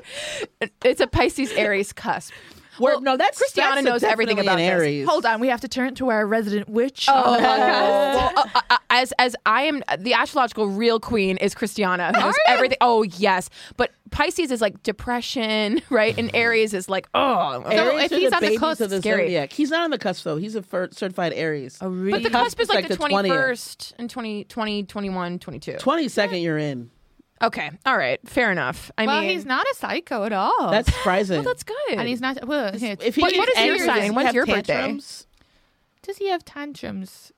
D: it's a Pisces Aries cusp.
E: Where- no, that's
D: Christiana
E: that's a
D: knows everything
E: definitely
D: about
E: an
D: this.
E: Aries.
C: hold on we have to turn to our resident witch
D: Oh,
C: on the podcast
D: well, uh, uh, as as I am the astrological real queen is Christiana. who knows
C: you?
D: everything. Oh yes, but Pisces is like depression, right? And Aries is like oh.
E: Aries
C: if
E: are
C: he's on the
E: babies
C: cusp,
E: of the
D: scary.
E: zodiac. He's not on the cusp though. He's a fir- certified Aries. Oh, really?
D: But the cusp is like the twenty first and 20, 20, 21, 22.
E: Twenty second, you're in.
D: Okay, all right, fair enough. I
C: well
D: mean,
C: he's not a psycho at all
E: That's
D: Oh.
E: surprising.
D: Well, that's good.
C: and he's not well okay,
E: if he
D: What- what
E: is
D: is your
E: angry, does
D: sign?
E: he
D: When's
E: have
D: your birthday?
E: tantrums?
C: does he have tantrums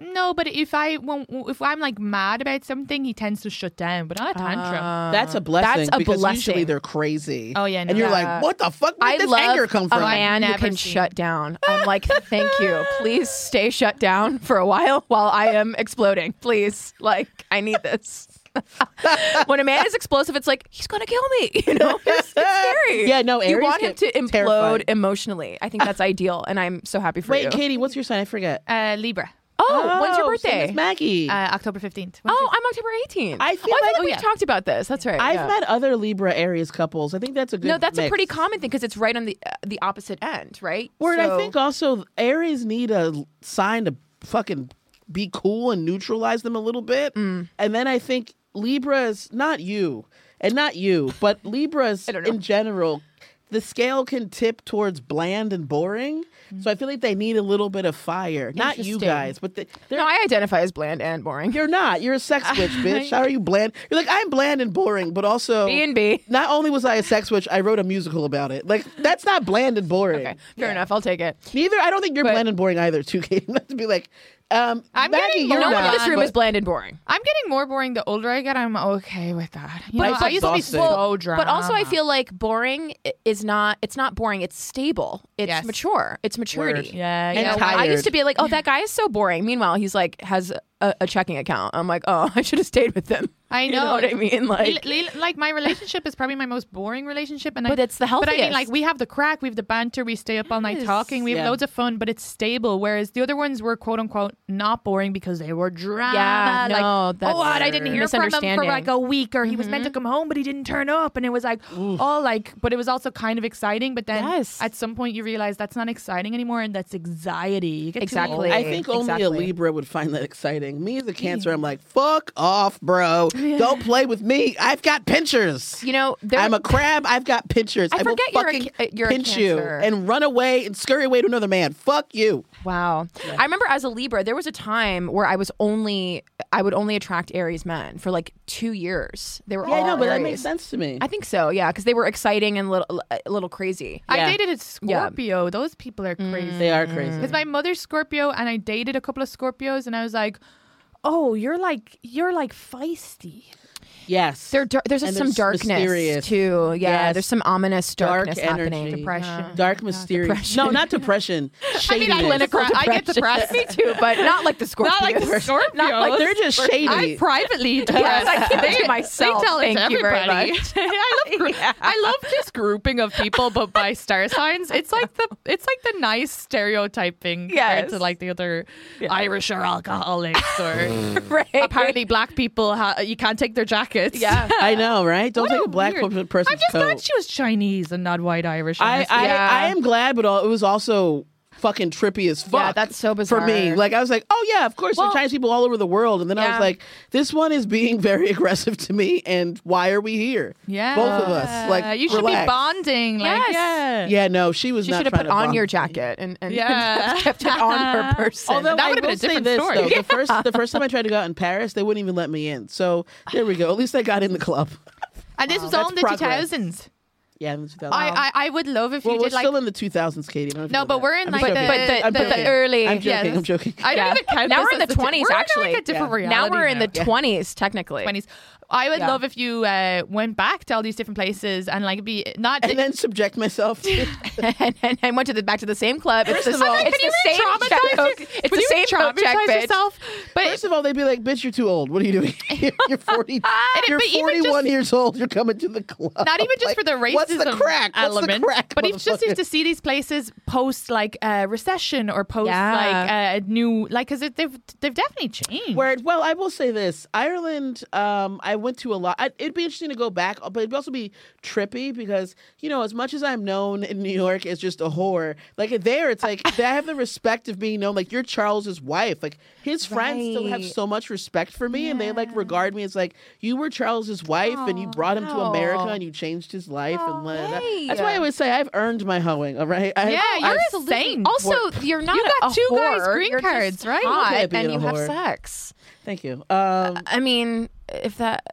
C: no, but if I won't, if I'm like mad about something, he tends to shut down. But not a tantrum.
E: That's a blessing.
D: Uh, that's a
E: because Usually
D: blessing.
E: they're crazy.
C: Oh, yeah, no.
E: and you're
D: Yeah.
E: like, what the fuck? Where
D: I
E: did this
D: love
E: anger come from?
D: a man who
C: Never
D: can
C: seen.
D: shut down. I'm like, thank you. Please stay shut down for a while while I am exploding. Please, like, I need this. when a man is explosive, it's like he's gonna kill me. You know, it's, it's scary.
E: Yeah, no,
D: you
E: Aries
D: want him
E: get
D: to implode
E: terrified.
D: emotionally. I think that's ideal, and I'm so happy for
E: Wait,
D: you.
E: Katie, what's your sign? I forget.
C: Uh, Libra,
D: oh, when's your
E: Oh, same
D: birthday?
E: as Maggie.
C: uh, October fifteenth.
D: oh, I'm October 18th. oh,
E: I feel
D: I
E: like-
D: feel like
E: oh,
D: we
E: yeah.
D: talked about this. That's right.
E: I've
D: yeah.
E: met other Libra Aries couples. I think that's a good.
D: No, that's a
E: mix.
D: pretty common thing because it's right on the uh, the opposite end, right?
E: word. I
D: So-
E: think also Aries need a sign to fucking be cool and neutralize them a little bit,
D: Mm.
E: and then I think Libra is not you, and not you, but Libras
D: don't know.
E: in general. The scale can tip towards bland and boring, so I feel like they need a little bit of fire. Not you
D: Mm. Interesting.
E: guys, but the, they're
D: No, I identify as bland and boring.
E: You're not. You're a sex witch, bitch. How are you bland? You're like I'm bland and boring, but also
D: B and B.
E: Not only was I a sex witch, I wrote a musical about it. Like that's not bland and boring.
D: Okay, fair enough. I'll take it.
E: Neither. I don't think you're bland and boring either, too, Katie. Not to be like, um,
C: I'm
E: Maggie,
C: getting
E: you're
D: No
C: Fair
D: one in
E: not,
D: this room
E: but-
D: is bland and boring.
C: I'm getting more boring the older I get. I'm okay with that. You
E: But
C: know,
E: it's
C: I used to be
E: exhausting.
C: so drama.
D: But also, I feel like boring i- is not. It's not boring. It's stable. It's
C: Yes.
D: mature. It's maturity.
C: yeah,
D: You
C: yeah.
D: know,
E: And
D: I used
E: tired.
D: to be like, oh, that guy is so boring. Meanwhile, he's like has a, a checking account. I'm like, oh, I should have stayed with him.
C: I
D: You
C: know.
D: what I mean. Like,
C: L- l- like my relationship is probably my most boring relationship, and I,
D: But it's the
C: But I mean,
D: healthiest.
C: like we have the crack, we have the banter, we stay up all night
D: Yes.
C: talking, we have
E: Yeah.
C: loads of fun, but it's stable. Whereas the other ones were quote unquote not boring because they were drama.
D: Yeah,
C: like,
D: no, that's
C: oh, God, I didn't hear from him for
D: misunderstanding. Mm-hmm.
C: like a week, or he was meant to come home but he didn't turn up, and it was like all like, but it was also kind of exciting. But then
D: Yes.
C: at some point you realize that's not exciting anymore, and that's anxiety. You get too
D: Exactly.
C: old.
E: I think only a
D: Exactly.
E: Libra would find that exciting. Me as a Cancer, I'm like, fuck off, bro. Don't play with me. I've got pinchers.
D: you know, there,
E: I'm a crab. I've got pinchers.
D: I
E: I, will
D: forget you're a
E: fucking
D: ca- uh, you're a
E: pinch you
D: Cancer.
E: and run away and scurry away to another man. Fuck you.
D: Wow. I remember as a Libra, there was a time where I was only I would only attract Aries men for like two years. They were
E: Yeah, I
D: all
E: know, but that
D: Aries.
E: makes sense to me.
D: I think so, yeah, because they were exciting and little, uh, a little crazy.
C: I dated a Scorpio. Those people are crazy.
E: they are
D: Mm.
E: crazy.
C: Because my mother's Scorpio and I dated a couple of Scorpios and I was like, Oh, you're like you're like feisty.
E: yes.
D: There, dar- there's
E: And
D: some
E: there's
D: darkness
E: mysterious.
D: too. Yeah,
E: Yes.
D: there's some ominous
E: Dark
D: darkness
E: energy.
D: happening.
C: Depression.
E: Dark, mysterious.
D: depression.
E: No, not depression. Shadiness.
C: I
D: Clinical
C: Depre- I get
D: depression.
C: depressed.
D: Me too, but not like the Scorpios.
C: Not like the Scorpios.
D: Not like
E: They're just shady.
C: I'm privately
D: Yes,
C: depressed.
D: I keep it
C: They-
D: to myself.
C: They tell
D: Thank
C: it to
D: you very
C: everybody.
D: much.
C: I love group, I love this grouping of people, but by star signs, it's like the it's like the nice stereotyping compared
D: Yes.
C: to like the other Irish or alcoholics or
D: right?
C: apparently black people ha- you can't take their jacket jackets.
D: Yeah.
E: I know, right? Don't
C: What
E: take a
C: a
E: black
C: weird-
E: person person's
C: I'm just
E: coat.
C: glad she was Chinese and not white Irish.
E: I,
C: honestly.
E: I,
D: Yeah.
E: I am glad, but all, it was also fucking trippy as fuck.
D: Yeah, that's so
E: For me,
D: bizarre.
E: like I was like, oh yeah, of course, there are
D: Well-
E: Chinese people all over the world, and then I was
D: Yeah.
E: like, this one is being very aggressive to me, and why are we here?
C: yeah,
E: both of us, like,
C: you should
E: relax.
C: be bonding. Like,
D: Yes.
C: yeah.
E: Yeah, no, she was
D: She
E: not
D: should have
E: trying
D: put
E: to
D: on
E: bond
D: your
E: with me.
D: jacket and, and
C: Yeah.
D: kept it on her person.
E: Although
C: That
E: I
C: would've been a
E: will say
C: different
E: this,
C: story.
E: Though, the first the first time I tried to go out in Paris, they wouldn't even let me in. So there we go. At least I got in the club.
C: And this was all in the
E: progress.
C: 2000s.
E: Yeah, in the 2000s.
C: I, I I would love if
E: well,
C: you
E: we're
C: did like.
E: still in the 2000s, Katie. I don't know if you
C: No,
E: know
C: but
E: that.
C: we're in
E: I'm
C: like
E: joking.
C: the-
D: but the,
E: I'm
D: but the
E: joking.
D: early
E: I'm joking.
C: yes.
E: I'm joking.
C: I don't
D: Yeah.
C: even count
D: Now
C: this
D: we're in
C: as
D: the
C: a ti-
D: 20s,
C: we're in,
D: actually.
C: like a different
E: Yeah.
C: reality
D: now we're in
C: now.
D: the 20s technically.
C: 20s. I would
D: Yeah.
C: love if you uh, went back to all these different places and like be not.
E: And then subject myself to
D: and, and I went to the back to the same club. It's the,
E: of all-
D: it's
C: Can you
D: the same
C: re-traumatize
D: check
C: your-
D: coat. It's
C: would
D: the
C: you
D: same coat check,
C: re-traumatize
D: bitch.
C: yourself? But
E: First of all, they'd be like, "Bitch, you're too old. What are you doing? here? you're forty.
C: it-
E: you're
C: but even
E: forty-one
C: just-
E: years old. You're coming to the club.
C: not even just
E: Like,
C: for the racism
E: What's the crack?
C: element,
E: What's the crack,
C: but it's just
E: motherfucker?
C: to see these places post like uh, recession or post
D: Yeah.
C: like uh, new like because they've they've definitely changed.
E: Word. Well, I will say this: Ireland. Um, I went to a lot. I, it'd be interesting to go back, but it'd also be trippy because you know, as much as I'm known in New York as just a whore, like there, it's like they have the respect of being known. Like you're Charles's wife. Like his friends still have
D: Right.
E: so much respect for me, and they like regard me as like you were Charles's wife, and you brought him to America,
D: wow.
E: and you changed his life, and la- la- la. that's why I always say I've earned my hoeing. All right. I,
C: yeah,
E: I-
C: you're a saint.
D: Also, you're not.
C: You got
D: a
C: two guys'
D: whore.
C: green
D: You're just
C: cards, right? You
D: hot
E: can't be
D: and
E: a
D: you have
E: whore.
D: sex.
E: thank you. Um,
D: I mean, if that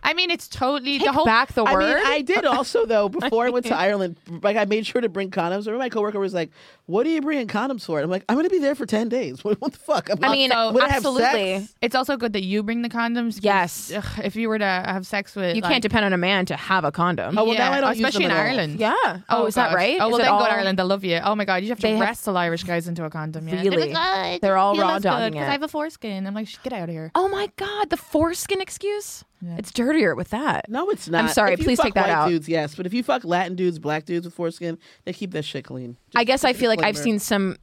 C: I mean, it's totally the
D: take
C: whole
D: back the
E: I
D: word.
E: mean, I did also though. Before I went to Ireland, like I made sure to bring condoms. Remember, my coworker was like, "What are you bringing condoms for?" And I'm like, "I'm going to be there for ten days. What, what the fuck?" I'm
D: I
E: not-
D: mean,
E: would I have
D: absolutely.
E: sex?
C: It's also good that you bring the condoms. 'cause,
D: Yes.
C: ugh, if you were to have sex with,
D: You
C: like-
D: can't depend on a man to have a condom.
E: Oh well,
C: yeah,
E: now I don't use
C: especially in
E: them at all.
C: Ireland.
D: Yeah. Oh, is that
C: gosh.
D: right?
C: Oh
D: Is
C: well,
D: it
C: thank God
D: all-
C: Ireland. I love you. Oh my God, you have to
D: They have-
C: wrestle Irish guys into a condom. Yeah. They're
D: Really?
C: like, "Oh,
D: They're all
C: you
D: raw
C: look good
D: dogging
C: 'cause
D: it."
C: I have a foreskin. I'm like, "Shh, get out of here.
D: Oh my God, the foreskin excuse? It's dirtier with that.
E: No, it's not.
D: sorry,
E: If you
D: please
E: fuck
D: take that
E: white
D: out.
E: Dudes, yes, but if you fuck Latin dudes, black dudes with foreskin, they keep that shit clean. Just
D: I guess I feel like I've seen
E: disclaimer.
D: some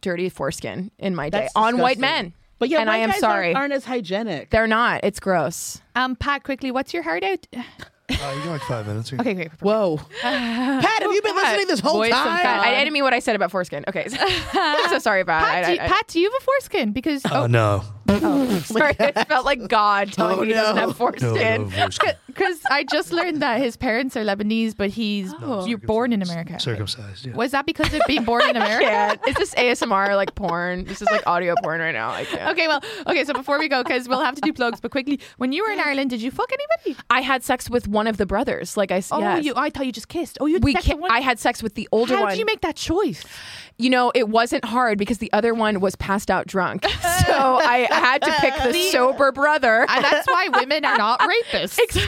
D: dirty foreskin in my day
E: That's
D: on white
E: disgusting.
D: men.
E: But yeah,
D: and
E: white
D: I am
E: guys
D: sorry,
E: aren't, aren't as hygienic.
D: they're not. It's gross.
C: Um, Pat, quickly, what's your heart out?
G: Uh, you got like five minutes.
C: Okay, great.
E: Whoa, Pat, have you been listening this whole
C: Voice of
E: time?
C: God.
D: I, I didn't mean what I said about foreskin. Okay, I'm so sorry about
C: Pat,
D: it.
C: do
D: I,
C: you, Pat, do you have a foreskin? Because
G: Oh, no.
D: sorry, it felt like God telling
E: Oh,
D: me he doesn't
E: no.
D: have
G: No,
D: foreskin.
G: no, voice.
C: because I just learned that his parents are Lebanese, but he's you're born in America.
G: Circumcised. Yeah.
C: Was that because of being born in America?
D: Can't. Is this ASMR like porn? This is like audio porn right now. I can't.
C: okay, well, okay. So before we go, because we'll have to do plugs, but quickly, when you were in Ireland, did you fuck anybody?
D: I had sex with one of the brothers. Like I, s-
C: Oh,
D: yes.
C: you. I thought you just kissed. Oh, you.
D: we.
C: that's
D: Ca-
C: the one-
D: I had sex with the older
C: How
D: one.
C: did you make that choice?
D: you know, it wasn't hard because the other one was passed out drunk. So I had to pick the sober brother.
C: And that's why women are not rapists.
D: exactly.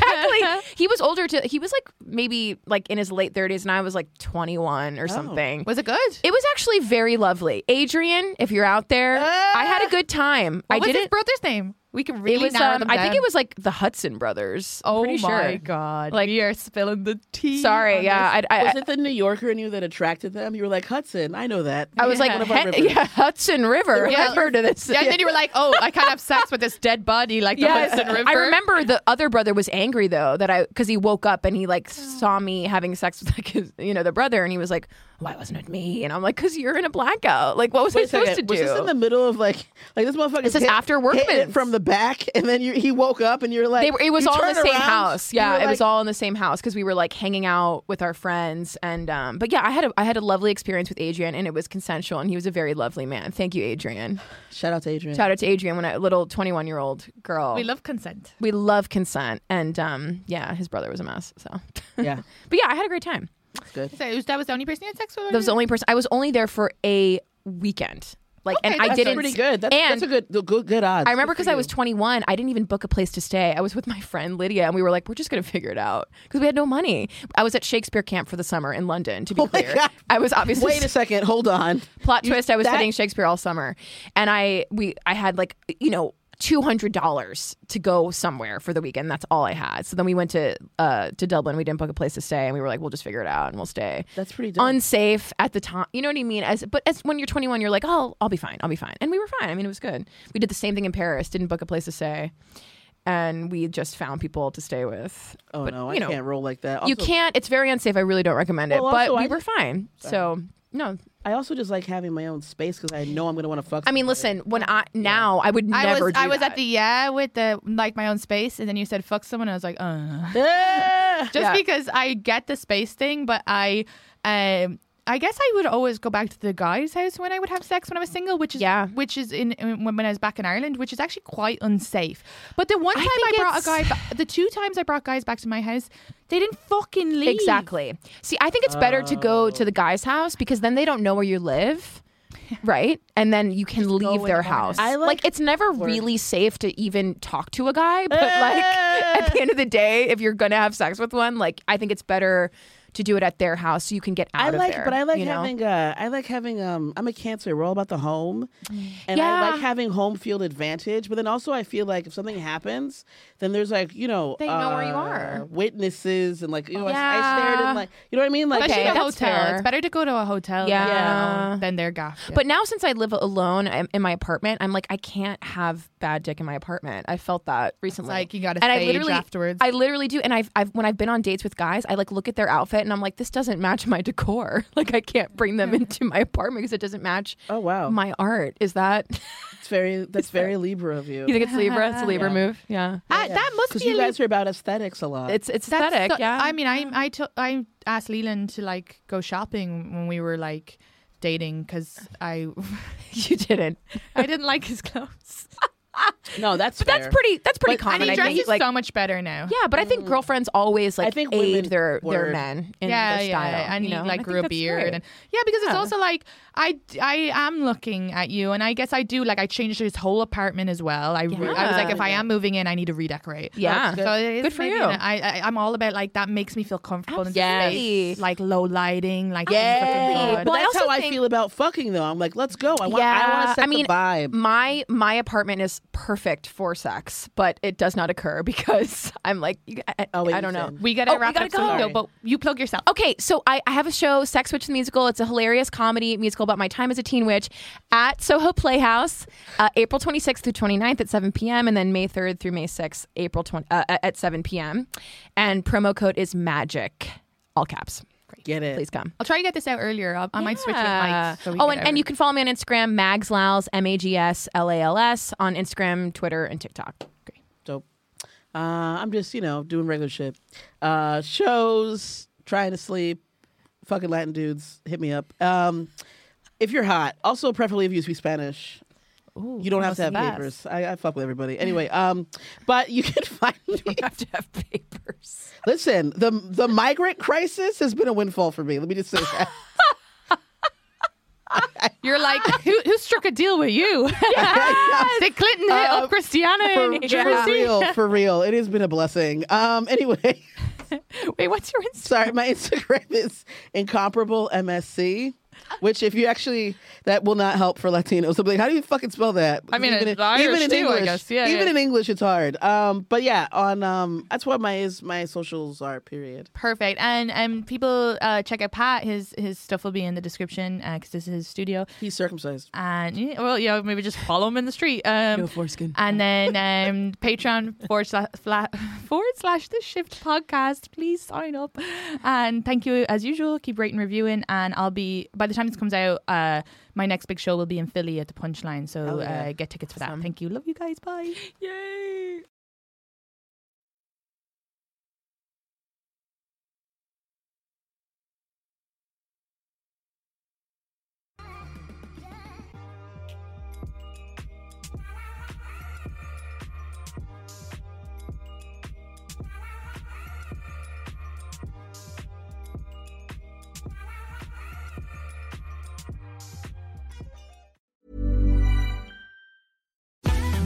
D: He was older to he was like maybe like in his late 30s and I was like 21 or something.
C: Was it good?
D: It was actually very lovely. Adrian, if you're out there, I had a good time. I
C: What was his
D: didn't
C: brother's name? We can really
D: it was
C: narrow
D: um,
C: them
D: I think
C: down.
D: it was like the Hudson brothers. I'm
C: Oh
D: pretty
C: my
D: sure.
C: god!
D: Like-
C: we are spilling the tea.
D: Sorry,
C: on
D: yeah.
C: this.
D: I, I,
E: Was it the New Yorker in you that attracted them? You were like Hudson. I know that.
D: I was like,
E: One of our
D: Hen-
E: rivers.
D: yeah, Hudson River.
C: Yeah.
D: I've heard of this.
C: Yeah, and then you were like, "Oh, I can't have sex with this dead body." Like the
D: Yes.
C: Hudson River.
D: I remember the other brother was angry though that I because he woke up and he like
C: Oh.
D: saw me having sex with like his you know the brother and he was like why wasn't it me and I'm like because you're in a blackout like what was
E: Wait
D: I
E: a
D: supposed
E: second.
D: to do
E: Was this in the middle of like like this motherfucker?
D: This is after
E: hitting it
D: Workman's.
E: from the back, and then you, he woke up and you're like,
D: they were, it was
E: you
D: all in the
E: turn
D: same
E: around,
D: house
E: you
D: yeah
E: were
D: it was
E: like-
D: all in the same house because we were like hanging out with our friends and um but yeah I had a, I had a lovely experience with Adrian and it was consensual and he was a very lovely man thank you Adrian
E: Shout out to Adrian.
D: shout out to Adrian when I little 21 year old girl
C: we love consent.
D: we love consent and um yeah his brother was a mess so
E: Yeah.
D: but yeah I had a great time.
C: So it was, that was the only person you had sex with.
D: That was the only person. I was only there for a weekend. Like, and I
E: That's
D: didn't.
E: pretty good. That's,
D: and
E: that's a good, the good, good odds.
D: I remember
E: Good
D: because
E: for
D: I was
E: you.
D: 21, I didn't even book a place to stay. I was with my friend Lydia, and we were like, "We're just gonna figure it out" because we had no money. I was at Shakespeare camp for the summer in London. To be
E: Oh my
D: clear,
E: God.
D: I was obviously
E: Wait a second. Hold on.
D: plot twist. I was
E: that-
D: studying Shakespeare all summer, and I we I had like you know. Two hundred dollars to go somewhere for the weekend. That's all I had. So then we went to uh, to Dublin. We didn't book a place to stay, and we were like, "We'll just figure it out, and we'll stay."
E: That's pretty dope.
D: unsafe at the time. You know what I mean? As but as when you're 21, you're like, oh, I'll be fine. I'll be fine. And we were fine. I mean, it was good. We did the same thing in Paris. Didn't book a place to stay. and we just found people to stay with.
E: Oh
D: But,
E: no, I
D: you know,
E: can't roll like that.
D: you
E: Also,
D: can't. It's very unsafe. I really don't recommend it.
E: Well,
D: but
E: also,
D: we
E: I-
D: were fine. So no,
E: I also just like having my own space because I know I'm gonna want to fuck.
D: I mean, listen. When I now, I would
C: I
D: never.
C: was
D: do
C: I was
D: that.
C: at the yeah with the like my own space, and then you said fuck someone, and I was like, uh.
E: Ah!
C: just
D: Yeah.
C: because I get the space thing, but I um. I guess I would always go back to the guy's house when I would have sex when I was single, which is
D: Yeah.
C: which is in, in when I was back in Ireland, which is actually quite unsafe. But the one time I,
D: think
C: brought a guy,
D: it's-
C: ba- the two times I brought guys back to my house, they didn't fucking leave.
D: Exactly. See, I think it's better to go to the guy's house because then they don't know where you live. Right? And then you can leave their house.
E: I like
D: it's never really safe to even talk to a guy, but like at the end of the day, if you're going to have sex with one, like I think it's better to do it at their house so you can get out
E: I
D: of
E: like,
D: there.
E: but I like
D: you know?
E: having. Uh, I like having. Um, I'm a cancer. We're all about the home, and I
D: Mm. Yeah.
E: like having home field advantage. But then also, I feel like if something happens, then there's like you know
D: They know where you
E: uh,
D: are.
E: witnesses and like you know I, I stared
D: Yeah.
E: and like you know what I mean like
C: Especially
D: Okay,
C: in a
D: that's
C: hotel.
D: fair.
C: It's better to go to a hotel
D: Yeah.
C: now than their gaff.
D: But now since I live alone I'm- in my apartment, I'm like I can't have bad dick in my apartment. I felt that recently.
C: like you gotta
D: and I
C: stage
D: literally,
C: afterwards.
D: I literally do. And I've, I've when I've been on dates with guys, I like look at their outfit and I'm like, this doesn't match my decor. Like I can't bring them into my apartment because it doesn't match.
E: Oh, wow.
D: my art is that?
E: it's very that's very Libra of you
D: you think it's Libra? It's a Libra move. Yeah,
C: Ah, that must
E: because
C: be a
E: you guys are about aesthetics a lot.
D: it's it's
C: That's
D: aesthetic.
C: so-
D: yeah,
C: I mean, I I took I asked Leland to like go shopping when we were like dating because I
D: you didn't.
C: I didn't like his clothes.
E: no, that's
D: But that's
E: fair.
D: pretty. That's pretty
E: But-
D: common.
C: and he
D: I
C: dresses
D: think. Like,
C: so much better now.
D: yeah, but I think girlfriends always like
E: Mm. think women-
D: aid their their
E: word.
D: men in
C: yeah,
D: their style.
C: yeah, and
D: you
C: he
D: know?
C: like
D: I think
C: grew a
D: that's
C: beard,
D: great.
C: and yeah, because it's
D: Yeah.
C: also like I I am looking at you, and I guess I do like I changed his whole apartment as well. I, re- I was like, if I am moving in, I need to redecorate.
D: Yeah.
C: so it is
D: Good for
C: maybe
D: you.
C: an- I, I I'm all about like that makes me feel comfortable in
D: Absolutely.
C: space, like low lighting, like
E: yeah.
C: yeah.
E: Uh, But
D: Well, I
E: that's
D: also
E: how I
D: think-
E: feel about fucking though. I'm like, let's go. I want.
D: yeah,
E: I want to set
D: mean,
E: the vibe.
D: My my apartment is perfect for sex, but it does not occur because I'm like, you- I,
E: Oh, wait,
D: I
E: you
D: don't know.
E: said-
C: We gotta
D: Oh, we
C: wrap
D: gotta
C: up, so
D: go.
C: no, but you plug yourself.
D: Okay, so I, I have a show, Sex Witch the Musical. It's a hilarious comedy musical about my time as a teen witch at Soho Playhouse, uh, April 26th through 29th at 7 p.m., and then May 3rd through May 6th, April 20, uh, at 7 p.m. And promo code is MAGIC, all caps.
E: Get it?
D: Please come.
C: I'll try to get this out earlier. I'll, I might switch with
D: Yeah.
C: Mike. So we
D: oh,
C: get
D: and, and
C: over-
D: you can follow me on Instagram, Mags Lals, M A G S L A L S, on Instagram, Twitter, and TikTok. Great.
E: Dope. Uh, I'm just, you know, doing regular shit. Uh, shows, trying to sleep, fucking Latin dudes, hit me up. Um, if you're hot, also preferably if you speak Spanish. you don't have to have papers. I, I fuck with everybody. Anyway, um, but you can find me.
D: have to have papers.
E: Listen, the the migrant crisis has been a windfall for me. Let me just say that.
C: You're like, who, who struck a deal with you? Uh, Did Clinton hit
E: Um,
C: up Cristiano? in
E: for,
C: Jersey?
E: for real, for real. It has been a blessing. Um, anyway.
C: Wait, what's your Instagram?
E: Sorry, my Instagram is incomparable MSC, which if you actually that will not help for Latinos. So, like, how do you fucking spell that?
C: I mean,
E: even,
C: it's
E: in-
C: Irish
E: even in
C: too, I
E: English,
C: guess. Yeah,
E: even
C: yeah.
E: in English, it's hard. Um, but yeah, on um, that's what my is my socials are. Period.
C: Perfect. And um, people uh, check out Pat. His his stuff will be in the description because this is his studio.
E: He's circumcised.
C: And yeah, well, yeah, maybe just follow him in the street. Um,
E: foreskin.
C: and then um, Patreon forward slash, fla- forward slash the shift podcast. Please sign up. And thank you as usual. Keep rating, reviewing, and I'll be by the time this comes out. Uh, my next big show will be in Philly at the Punchline. So uh, get tickets for that. Thank you. Love you guys. Bye.
D: Yay.